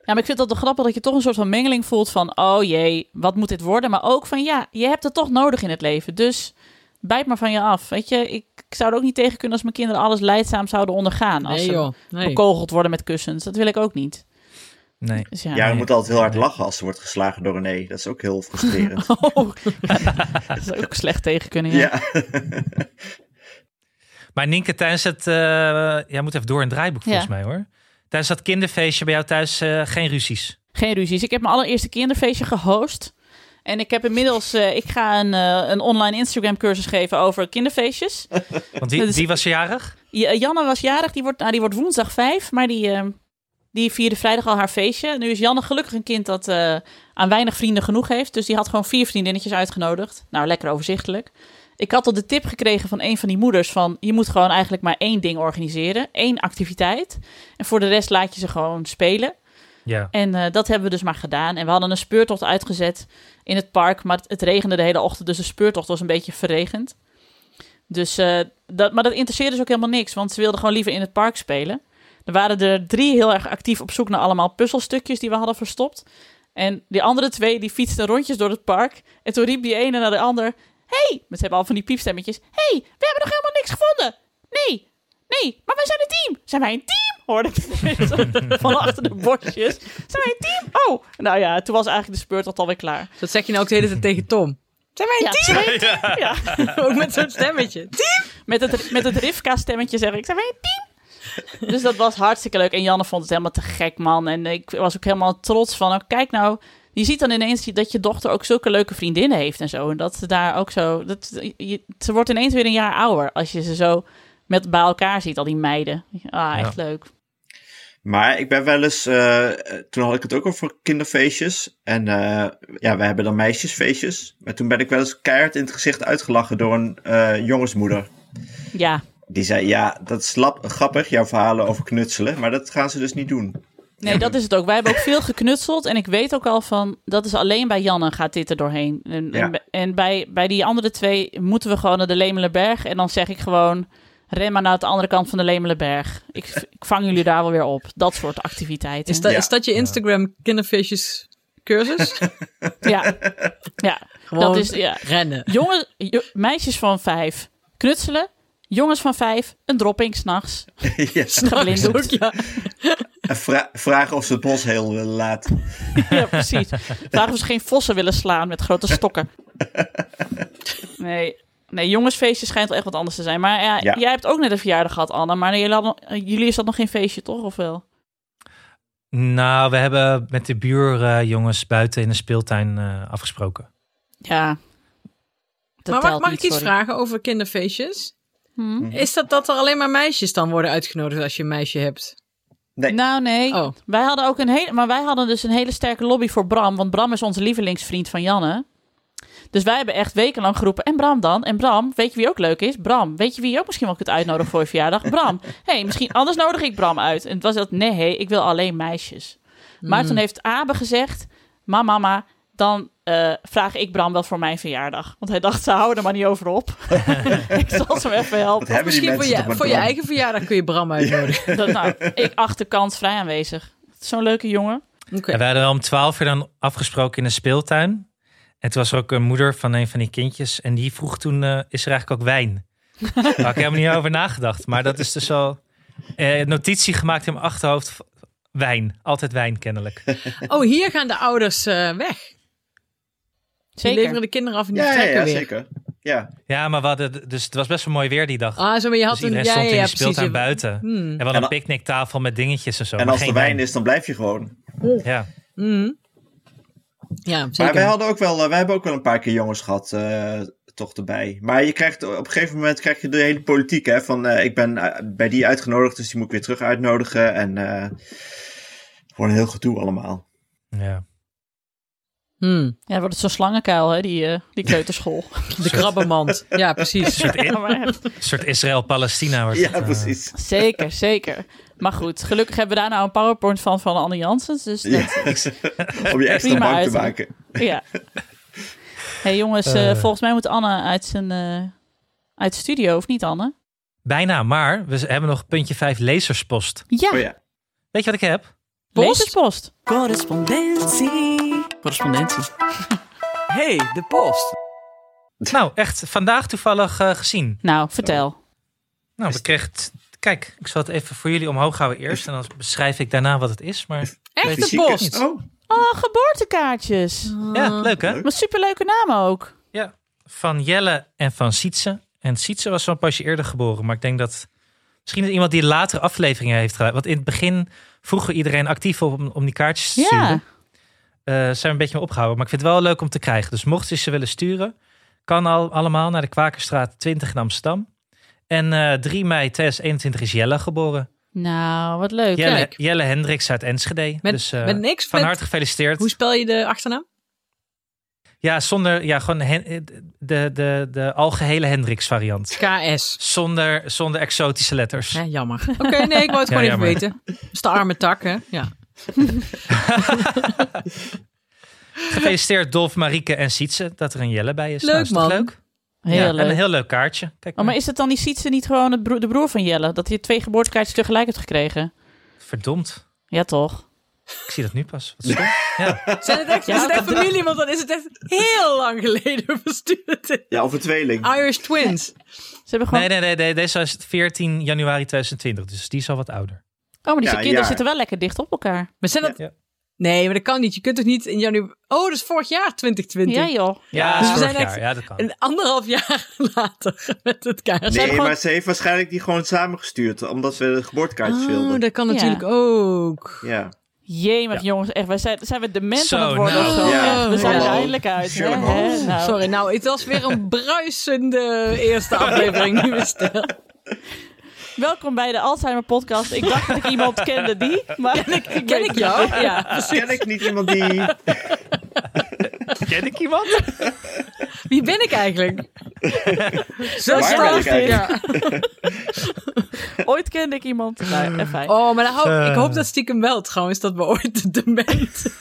Speaker 1: maar ik vind dat wel grappig dat je toch een soort van mengeling voelt van... oh jee, wat moet dit worden? Maar ook van ja, je hebt het toch nodig in het leven. Dus bijt maar van je af. Weet je, ik, ik zou er ook niet tegen kunnen als mijn kinderen alles leidzaam zouden ondergaan. Als
Speaker 2: Nee
Speaker 1: ze
Speaker 2: joh, nee.
Speaker 1: bekogeld worden met kussens. Dat wil ik ook niet.
Speaker 4: Nee.
Speaker 1: Dus ja.
Speaker 3: Ja,
Speaker 4: nee.
Speaker 3: je moet altijd heel hard lachen als ze wordt geslagen door René. Dat is ook heel frustrerend.
Speaker 1: Oh, dat zou ook slecht tegen kunnen. Ja.
Speaker 3: ja.
Speaker 4: Maar Nienke, tijdens het... eh, jij moet even door een draaiboek volgens mij hoor. Tijdens dat kinderfeestje bij jou thuis eh, geen ruzies.
Speaker 1: Geen ruzies. Ik heb mijn allereerste kinderfeestje gehost. En ik heb inmiddels, eh, ik ga een, eh, een online Instagram cursus geven over kinderfeestjes.
Speaker 4: Want die,
Speaker 1: Dat is-
Speaker 4: die was jarig.
Speaker 1: Ja, eh, Janne was jarig, die wordt, nou, die wordt woensdag vijf, maar die, eh, die vierde vrijdag al haar feestje. Nu is Janne gelukkig een kind dat eh, aan weinig vrienden genoeg heeft, dus die had gewoon vier vriendinnetjes uitgenodigd. Nou, lekker overzichtelijk. Ik had al de tip gekregen van een van die moeders van, je moet gewoon eigenlijk maar één ding organiseren, één activiteit. En voor de rest laat je ze gewoon spelen.
Speaker 4: Ja.
Speaker 1: En eh, dat hebben we dus maar gedaan. En we hadden een speurtocht uitgezet in het park. Maar het, het regende de hele ochtend. Dus de speurtocht was een beetje verregend. Dus, eh, dat, maar dat interesseerde ze ook helemaal niks. Want ze wilden gewoon liever in het park spelen. Er waren er drie heel erg actief op zoek naar allemaal puzzelstukjes die we hadden verstopt. En die andere twee die fietsten rondjes door het park. En toen riep die ene naar de ander: hey! want ze hebben al van die piepstemmetjes. hey, we hebben nog helemaal niks gevonden! Nee, nee, maar wij zijn een team! Zijn wij een team? hoorde ik van achter de bordjes. Zijn wij een team? Oh! Nou ja, toen was eigenlijk de speurtocht alweer klaar.
Speaker 2: Dat zeg je nou ook de hele tijd tegen Tom. Zijn wij
Speaker 1: Ja,
Speaker 2: een
Speaker 1: zijn wij een team? Ja.
Speaker 2: team? Ook met zo'n stemmetje.
Speaker 1: Met het, met het Rivka-stemmetje zeg ik, zijn wij een team? Dus dat was hartstikke leuk. En Janne vond het helemaal te gek, man. En ik was ook helemaal trots van, oh, kijk nou... Je ziet dan ineens dat je dochter ook zulke leuke vriendinnen heeft en zo. En dat ze daar ook zo... Dat, je- ze wordt ineens weer een jaar ouder als je ze zo met, bij elkaar ziet, al die meiden. Ah, echt leuk.
Speaker 3: Maar ik ben wel eens, eh, toen had ik het ook over kinderfeestjes. En eh, ja, we hebben dan meisjesfeestjes. Maar toen ben ik wel eens keihard in het gezicht uitgelachen door een eh, jongensmoeder.
Speaker 1: Ja.
Speaker 3: Die zei, ja, dat is lap, grappig, jouw verhalen over knutselen. Maar dat gaan ze dus niet doen.
Speaker 1: Nee, dat is het ook. Wij hebben ook veel geknutseld. En ik weet ook al van, dat is alleen bij Janne gaat dit er doorheen. En,
Speaker 3: Ja.
Speaker 1: en, en bij, bij die andere twee moeten we gewoon naar de Lemelenberg. En dan zeg ik gewoon, ren maar naar de andere kant van de Lemelenberg. Ik, ik vang jullie daar wel weer op. Dat soort activiteiten.
Speaker 2: Is dat,
Speaker 3: Ja.
Speaker 2: is dat je Instagram kinderfeestjes cursus?
Speaker 1: Ja, ja.
Speaker 2: Gewoon
Speaker 1: dat is... Ja.
Speaker 2: rennen.
Speaker 1: Jongen, jo- meisjes van vijf knutselen. Jongens van vijf, een dropping s'nachts.
Speaker 3: ja.
Speaker 1: Geblinddoekt.
Speaker 2: Ook, ja.
Speaker 3: En vra- vragen of ze het bos heel eh, willen laten.
Speaker 1: Ja, precies. Vragen of ze geen vossen willen slaan met grote stokken. Nee, nee jongensfeestje schijnt wel echt wat anders te zijn. Maar ja,
Speaker 3: Ja.
Speaker 1: jij hebt ook net een verjaardag gehad, Anne. Maar jullie, hadden, eh, jullie is dat nog geen feestje, toch? Of wel?
Speaker 4: Nou, we hebben met de buurjongens buiten in de speeltuin eh, afgesproken.
Speaker 1: Ja. Dat
Speaker 2: maar mag,
Speaker 1: telt
Speaker 2: mag
Speaker 1: niet,
Speaker 2: ik iets
Speaker 1: sorry.
Speaker 2: vragen over kinderfeestjes?
Speaker 1: Hm?
Speaker 3: Mhm.
Speaker 2: Is dat dat er alleen maar meisjes dan worden uitgenodigd als je een meisje hebt?
Speaker 3: Nee.
Speaker 1: Nou, nee.
Speaker 2: Oh,
Speaker 1: Wij hadden ook een hele, maar wij hadden dus een hele sterke lobby voor Bram. Want Bram is onze lievelingsvriend van Janne. Dus wij hebben echt wekenlang geroepen. En Bram dan? En Bram, weet je wie ook leuk is? Bram. Weet je wie je ook misschien wel kunt uitnodigen voor je verjaardag? Bram. Hé, hey, misschien anders nodig ik Bram uit. En het was dat, nee, hey, ik wil alleen meisjes. Maar toen heeft Abe gezegd, maar mama, dan eh, vraag ik Bram wel voor mijn verjaardag. Want hij dacht, ze houden er maar niet over op. ik zal ze hem even
Speaker 3: Wat
Speaker 1: helpen.
Speaker 3: hebben die
Speaker 2: misschien voor
Speaker 3: mensen toch
Speaker 2: je,
Speaker 3: maar
Speaker 2: voor je
Speaker 3: doen?
Speaker 2: eigen verjaardag kun je Bram uitnodigen.
Speaker 1: Dat, nou, ik achterkant vrij aanwezig. Zo'n leuke jongen.
Speaker 2: Oké.
Speaker 4: En we hadden wel om twaalf uur dan afgesproken in de speeltuin. En toen was er ook een moeder van een van die kindjes. En die vroeg toen, eh, is er eigenlijk ook wijn? Daar had ik helemaal niet over nagedacht. Maar dat is dus al eh, notitie gemaakt in mijn achterhoofd. v- Wijn, altijd wijn kennelijk.
Speaker 2: Oh, hier gaan de ouders eh, weg. Die
Speaker 1: Zeker.
Speaker 2: leveren de kinderen af en die
Speaker 3: Ja, ja,
Speaker 2: trekken
Speaker 3: ja,
Speaker 2: weer.
Speaker 3: zeker. Ja,
Speaker 4: Ja, maar we hadden, dus het was best wel mooi weer die dag.
Speaker 2: Ah, zo, maar je had
Speaker 4: dus
Speaker 2: een...
Speaker 4: iedereen
Speaker 2: Ja,
Speaker 4: stond
Speaker 2: ja,
Speaker 4: in
Speaker 2: ja,
Speaker 4: de
Speaker 2: precies.
Speaker 4: speeltuin buiten.
Speaker 2: Hmm.
Speaker 4: En we hadden
Speaker 3: En
Speaker 4: een
Speaker 3: al-
Speaker 4: picknicktafel met dingetjes en zo.
Speaker 3: en
Speaker 4: maar
Speaker 3: als
Speaker 4: geen
Speaker 3: er wijn is, dan blijf je gewoon.
Speaker 4: Ja.
Speaker 2: Mhm. Ja,
Speaker 3: Maar
Speaker 2: zeker.
Speaker 3: wij, hadden ook wel, eh, wij hebben ook wel een paar keer jongens gehad, eh, toch erbij. Maar je krijgt, op een gegeven moment krijg je de hele politiek, hè, van eh, ik ben eh, bij die uitgenodigd, dus die moet ik weer terug uitnodigen. En eh, het wordt een heel gedoe allemaal.
Speaker 4: ja.
Speaker 2: Hmm.
Speaker 1: Ja, wordt het zo'n slangenkuil, hè, die, eh, die kleuterschool.
Speaker 2: De krabbenmand. Ja, precies.
Speaker 1: Ja, maar echt.
Speaker 4: Een soort Israël-Palestina. wordt het,
Speaker 3: Ja,
Speaker 4: eh.
Speaker 3: precies.
Speaker 1: zeker, zeker. Maar goed, gelukkig hebben we daar nou een powerpoint van van Anne Janssens. Dus dat,
Speaker 3: Ja. Om je extra
Speaker 1: Prima
Speaker 3: bang te
Speaker 1: uiting.
Speaker 3: maken.
Speaker 1: Ja. hey jongens, eh,
Speaker 4: Eh.
Speaker 1: volgens mij moet Anne uit zijn eh, uit de studio, of niet Anne?
Speaker 4: Bijna, maar we hebben nog puntje 5 lezerspost.
Speaker 1: Ja,
Speaker 3: Oh ja.
Speaker 4: Weet je wat ik heb?
Speaker 1: post?
Speaker 2: Post?
Speaker 1: lezerspost.
Speaker 5: Correspondentie. Correspondentie. Hey, de post.
Speaker 4: Nou, echt vandaag toevallig eh, gezien.
Speaker 1: Nou, vertel.
Speaker 4: Nou, we kregen t- Kijk, ik zal het even voor jullie omhoog houden eerst. En dan beschrijf ik daarna wat het is. Maar
Speaker 2: Echt de
Speaker 3: Fysieke-
Speaker 2: post.
Speaker 3: Oh,
Speaker 1: Oh, geboortekaartjes.
Speaker 4: ja, Ah. leuk hè?
Speaker 3: leuk.
Speaker 1: Wat superleuke namen ook.
Speaker 4: Ja, van Jelle en van Sietse. En Sietse was zo'n pasje eerder geboren. Maar ik denk dat misschien dat iemand die later afleveringen heeft gedaan. Want in het begin vroegen we iedereen actief op om, om die kaartjes te sturen.
Speaker 1: Ja.
Speaker 4: Eh, zijn we een beetje mee opgehouden. Maar ik vind het wel leuk om te krijgen. Dus mocht je ze willen sturen, kan al allemaal naar de Kwakerstraat 20 in Amsterdam. En eh 3 mei 2021 is Jelle geboren.
Speaker 1: Nou, wat leuk.
Speaker 4: Jelle,
Speaker 2: Oh, kijk.
Speaker 4: Jelle Hendricks uit Enschede.
Speaker 2: Met,
Speaker 4: dus eh,
Speaker 2: met niks.
Speaker 4: van
Speaker 2: met-
Speaker 4: harte gefeliciteerd.
Speaker 2: Hoe spel je de achternaam?
Speaker 4: Ja, zonder, ja, gewoon hen, de, de, de algehele Hendricks variant.
Speaker 2: KS.
Speaker 4: Zonder, zonder exotische letters.
Speaker 2: Hè, jammer. Oké, nee, ik wou het
Speaker 4: Ja,
Speaker 2: gewoon even
Speaker 4: jammer.
Speaker 2: weten. Dat is de arme tak, hè? Ja.
Speaker 4: Gefeliciteerd Dolf, Marieke en Sietse dat er een Jelle bij is.
Speaker 2: Leuk,
Speaker 4: Nou, is toch
Speaker 2: man.
Speaker 4: leuk?
Speaker 1: Heel
Speaker 4: ja, En
Speaker 1: leuk.
Speaker 4: een heel leuk kaartje. Kijk,
Speaker 1: Oh, maar
Speaker 4: maar.
Speaker 1: is het dan die Sietse niet gewoon het broer- de broer van Jelle? Dat hij twee geboortekaartjes tegelijk heeft gekregen?
Speaker 4: Verdomd.
Speaker 1: Ja, toch?
Speaker 4: Ik zie dat nu pas. Wat stom. ja.
Speaker 2: Zijn het echt,
Speaker 1: Ja,
Speaker 2: is het echt
Speaker 1: dat-
Speaker 2: familie? Want dan is het echt heel lang geleden verstuurd.
Speaker 3: ja, of een tweeling.
Speaker 2: Irish Twins.
Speaker 1: Ze hebben gewoon...
Speaker 4: nee, nee, nee, nee. Deze is 14 januari 2020. Dus die is al wat ouder.
Speaker 1: Oh, maar die
Speaker 3: Ja,
Speaker 1: kinderen
Speaker 3: jaar.
Speaker 1: zitten wel lekker dicht op elkaar.
Speaker 2: Maar zijn dat...
Speaker 4: Ja.
Speaker 2: Nee, maar dat kan niet. Je kunt toch niet in januari... Oh, dat is vorig jaar, 2020.
Speaker 1: Ja, joh.
Speaker 4: Ja,
Speaker 2: Dus
Speaker 4: dat
Speaker 2: we
Speaker 4: is vorig
Speaker 2: zijn
Speaker 4: jaar.
Speaker 2: echt-
Speaker 4: Ja, dat kan.
Speaker 2: Een anderhalf jaar later met het kaars.
Speaker 3: Nee,
Speaker 1: gewoon-
Speaker 3: maar ze heeft waarschijnlijk die gewoon samengestuurd, omdat ze de geboortekaartjes
Speaker 2: Oh,
Speaker 3: wilden.
Speaker 2: dat kan
Speaker 1: Ja.
Speaker 2: natuurlijk ook.
Speaker 3: Ja.
Speaker 1: Jemig, jongens. Echt, wij zijn, zijn we dement
Speaker 4: Zo,
Speaker 1: aan het worden
Speaker 4: nou.
Speaker 1: of zo?
Speaker 3: Ja.
Speaker 1: Echt, we zijn er
Speaker 3: Hallo.
Speaker 1: eindelijk uit. Hè?
Speaker 3: Sherlock Holmes.
Speaker 1: Hè? Nou.
Speaker 2: Sorry, nou, het was weer een bruisende eerste aflevering. Nu is het
Speaker 1: Welkom bij de Alzheimer podcast. Ik dacht dat ik iemand kende die, maar ik, ik
Speaker 2: Ken
Speaker 1: weet
Speaker 2: ik
Speaker 1: het niet.
Speaker 2: jou? Ja, precies.
Speaker 3: Ken ik niet iemand die...
Speaker 4: Ken ik iemand?
Speaker 2: Wie ben ik eigenlijk? Zo
Speaker 3: Waar ben ik
Speaker 2: startig. Ja.
Speaker 1: Ooit kende ik iemand. Nou, eh, fijn.
Speaker 2: Oh, maar dan hoop,
Speaker 4: Eh.
Speaker 2: ik hoop dat stiekem wel trouwens dat we ooit de dement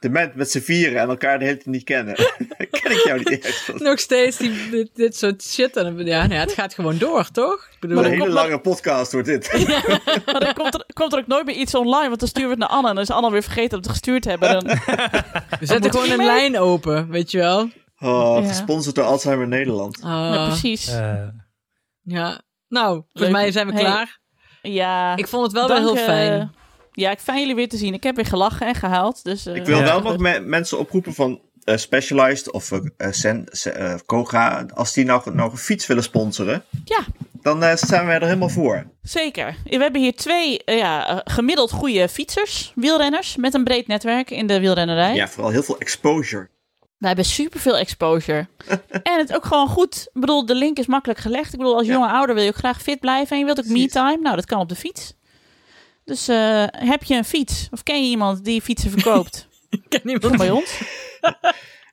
Speaker 3: De mensen met z'n vieren en elkaar de hele tijd niet kennen. Ken ik jou niet echt. Dat
Speaker 2: nog steeds die, dit, dit soort shit aan het- ja, nou ja, het gaat gewoon door, toch? Ik bedoel,
Speaker 3: een hele lange podcast wordt dit.
Speaker 1: Maar dan komt er, komt er ook nooit meer iets online, want dan sturen we het naar Anne. En dan is Anne weer vergeten dat we het gestuurd hebben.
Speaker 2: Oh.
Speaker 1: Dan,
Speaker 2: we zetten gewoon een lijn open, weet je wel?
Speaker 3: Oh,
Speaker 1: Ja.
Speaker 3: gesponsord door Alzheimer Nederland.
Speaker 2: Ah,
Speaker 1: Ja, precies.
Speaker 4: Eh,
Speaker 2: ja. Nou,
Speaker 1: Leuk.
Speaker 2: voor mij zijn we
Speaker 1: Hey,
Speaker 2: klaar.
Speaker 1: ja.
Speaker 2: Ik vond het wel
Speaker 1: Dank,
Speaker 2: wel heel
Speaker 1: eh,
Speaker 2: fijn.
Speaker 1: ja, ik fijn jullie weer te zien. Ik heb weer gelachen en gehaald. Dus, eh,
Speaker 3: Ik wil
Speaker 4: Ja.
Speaker 3: wel nog me- mensen oproepen van eh, Specialized of eh, eh, Sen, Se- eh, Koga. Als die nou, nou een fiets willen sponsoren,
Speaker 1: Ja,
Speaker 3: dan eh, zijn wij er helemaal voor.
Speaker 1: zeker. We hebben hier twee eh, ja, eh, gemiddeld goede fietsers, wielrenners, met een breed netwerk in de wielrennerij.
Speaker 3: Ja, vooral heel veel exposure.
Speaker 1: We hebben superveel exposure. en het ook gewoon goed. Ik bedoel, de link is makkelijk gelegd. Ik bedoel, als
Speaker 3: Ja.
Speaker 1: jonge ouder wil je ook graag fit blijven. En je wilt ook
Speaker 3: Precies.
Speaker 1: me-time. Nou, dat kan op de fiets. Dus eh, heb je een fiets? Of ken je iemand die fietsen verkoopt?
Speaker 2: Ik ken
Speaker 1: Kom bij
Speaker 2: niemand.
Speaker 1: ons.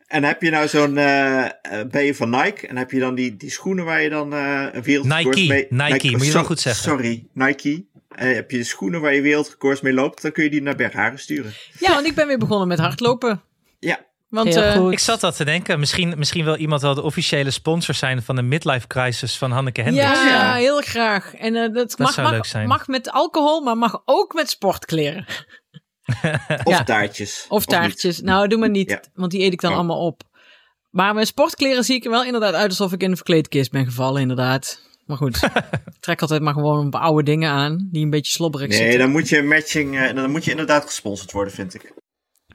Speaker 3: En heb je nou zo'n... eh, eh, ben je van Nike? En heb je dan die, die schoenen waar je dan eh, een wereldrecord
Speaker 4: Nike,
Speaker 3: mee...
Speaker 4: Nike, moet je wel
Speaker 3: zo-
Speaker 4: goed zeggen.
Speaker 3: Sorry, Nike. En heb je de schoenen waar je wereldrecords mee loopt, dan kun je die naar Bergharen sturen.
Speaker 2: Ja, want ik ben weer begonnen met hardlopen.
Speaker 3: Ja,
Speaker 2: Want
Speaker 1: Heel
Speaker 2: eh,
Speaker 1: goed.
Speaker 4: ik zat dat te denken. Misschien, misschien wil iemand wel de officiële sponsor zijn van de midlife crisis van Hanneke Hendricks.
Speaker 2: Ja,
Speaker 3: Ja.
Speaker 2: heel graag. En eh, dat, mag,
Speaker 4: zou
Speaker 2: mag,
Speaker 4: leuk zijn.
Speaker 2: mag met alcohol, maar mag ook met sportkleren.
Speaker 3: of
Speaker 2: Ja.
Speaker 3: taartjes.
Speaker 2: Of
Speaker 3: niet.
Speaker 2: taartjes. nou, doe maar niet,
Speaker 3: Ja.
Speaker 2: want die eet ik dan
Speaker 3: Oh.
Speaker 2: allemaal op. Maar mijn sportkleren zie ik er wel inderdaad uit alsof ik in een verkleedkist ben gevallen, inderdaad. Maar goed, ik trek altijd maar gewoon een paar oude dingen aan die een beetje slobberig
Speaker 3: Nee,
Speaker 2: zitten.
Speaker 3: dan moet je matching... eh, dan moet je inderdaad gesponsord worden, vind ik.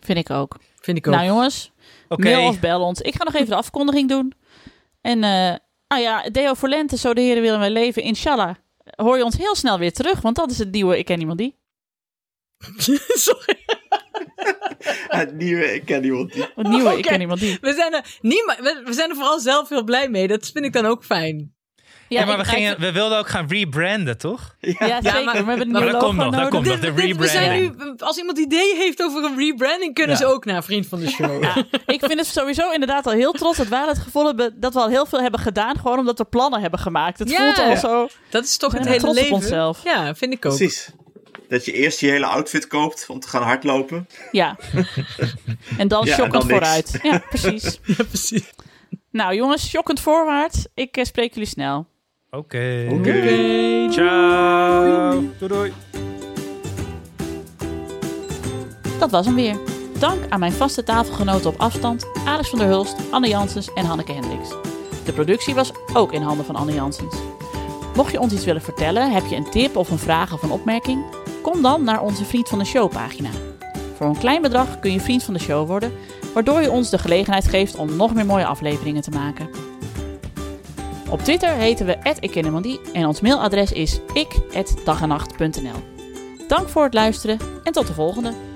Speaker 1: Vind ik ook.
Speaker 2: Vind ik ook.
Speaker 1: Nou jongens,
Speaker 4: Oké,
Speaker 1: mail of bel ons. Ik ga nog even de afkondiging doen. En eh nou ja, Deo voor lente, zo de heren willen wij leven. Inshallah, hoor je ons heel snel weer terug, want dat is het nieuwe Ik Ken Iemand Die.
Speaker 2: Sorry.
Speaker 3: Het nieuwe, ik ken niemand Eh, die.
Speaker 1: Het nieuwe Ik
Speaker 2: Oké.
Speaker 1: Ken Iemand Die.
Speaker 2: We zijn, er niema- we, we zijn er vooral zelf heel blij mee. Dat vind ik dan ook fijn.
Speaker 1: Ja,
Speaker 4: maar
Speaker 1: ik-
Speaker 4: we, gingen, we wilden ook gaan rebranden, toch?
Speaker 1: Ja, zeker.
Speaker 2: maar-
Speaker 1: we hebben een
Speaker 2: maar
Speaker 1: nieuwe
Speaker 4: dat
Speaker 1: logo
Speaker 4: komt nog, dat
Speaker 1: nodig.
Speaker 4: komt nog. de
Speaker 2: we zijn
Speaker 4: rebranding.
Speaker 2: nu, als iemand ideeën heeft over een rebranding, kunnen
Speaker 4: Ja.
Speaker 2: ze ook naar Vriend van de Show.
Speaker 1: Ik vind het sowieso inderdaad al heel trots dat wij het gevoel hebben dat we al heel veel hebben gedaan, gewoon omdat we plannen hebben gemaakt. Het
Speaker 2: Ja.
Speaker 1: voelt al zo.
Speaker 2: Dat is toch het
Speaker 1: Ja,
Speaker 2: hele
Speaker 1: trots op
Speaker 2: leven.
Speaker 1: onszelf.
Speaker 2: Ja, vind ik ook.
Speaker 3: Precies. Dat je eerst je hele outfit koopt om te gaan hardlopen.
Speaker 1: Ja. en dan
Speaker 3: Ja, en
Speaker 1: shockend
Speaker 3: dan niks.
Speaker 1: vooruit. Ja, precies.
Speaker 2: Ja, precies.
Speaker 1: nou jongens, shockend voorwaarts. Ik eh, spreek jullie snel.
Speaker 4: Oké.
Speaker 3: Oké.
Speaker 4: Ciao. Doei doei.
Speaker 1: Dat was hem weer. Dank aan mijn vaste tafelgenoten op afstand, Alex van der Hulst, Anne Janssens en Hanneke Hendricks. De productie was ook in handen van Anne Janssens. Mocht je ons iets willen vertellen, heb je een tip of een vraag of een opmerking? Kom dan naar onze Vriend van de Show pagina. Voor een klein bedrag kun je Vriend van de Show worden, waardoor je ons de gelegenheid geeft om nog meer mooie afleveringen te maken. Op Twitter heten we @ikkennemandie en ons mailadres is ik@dagenacht.nl. Dank voor het luisteren en tot de volgende.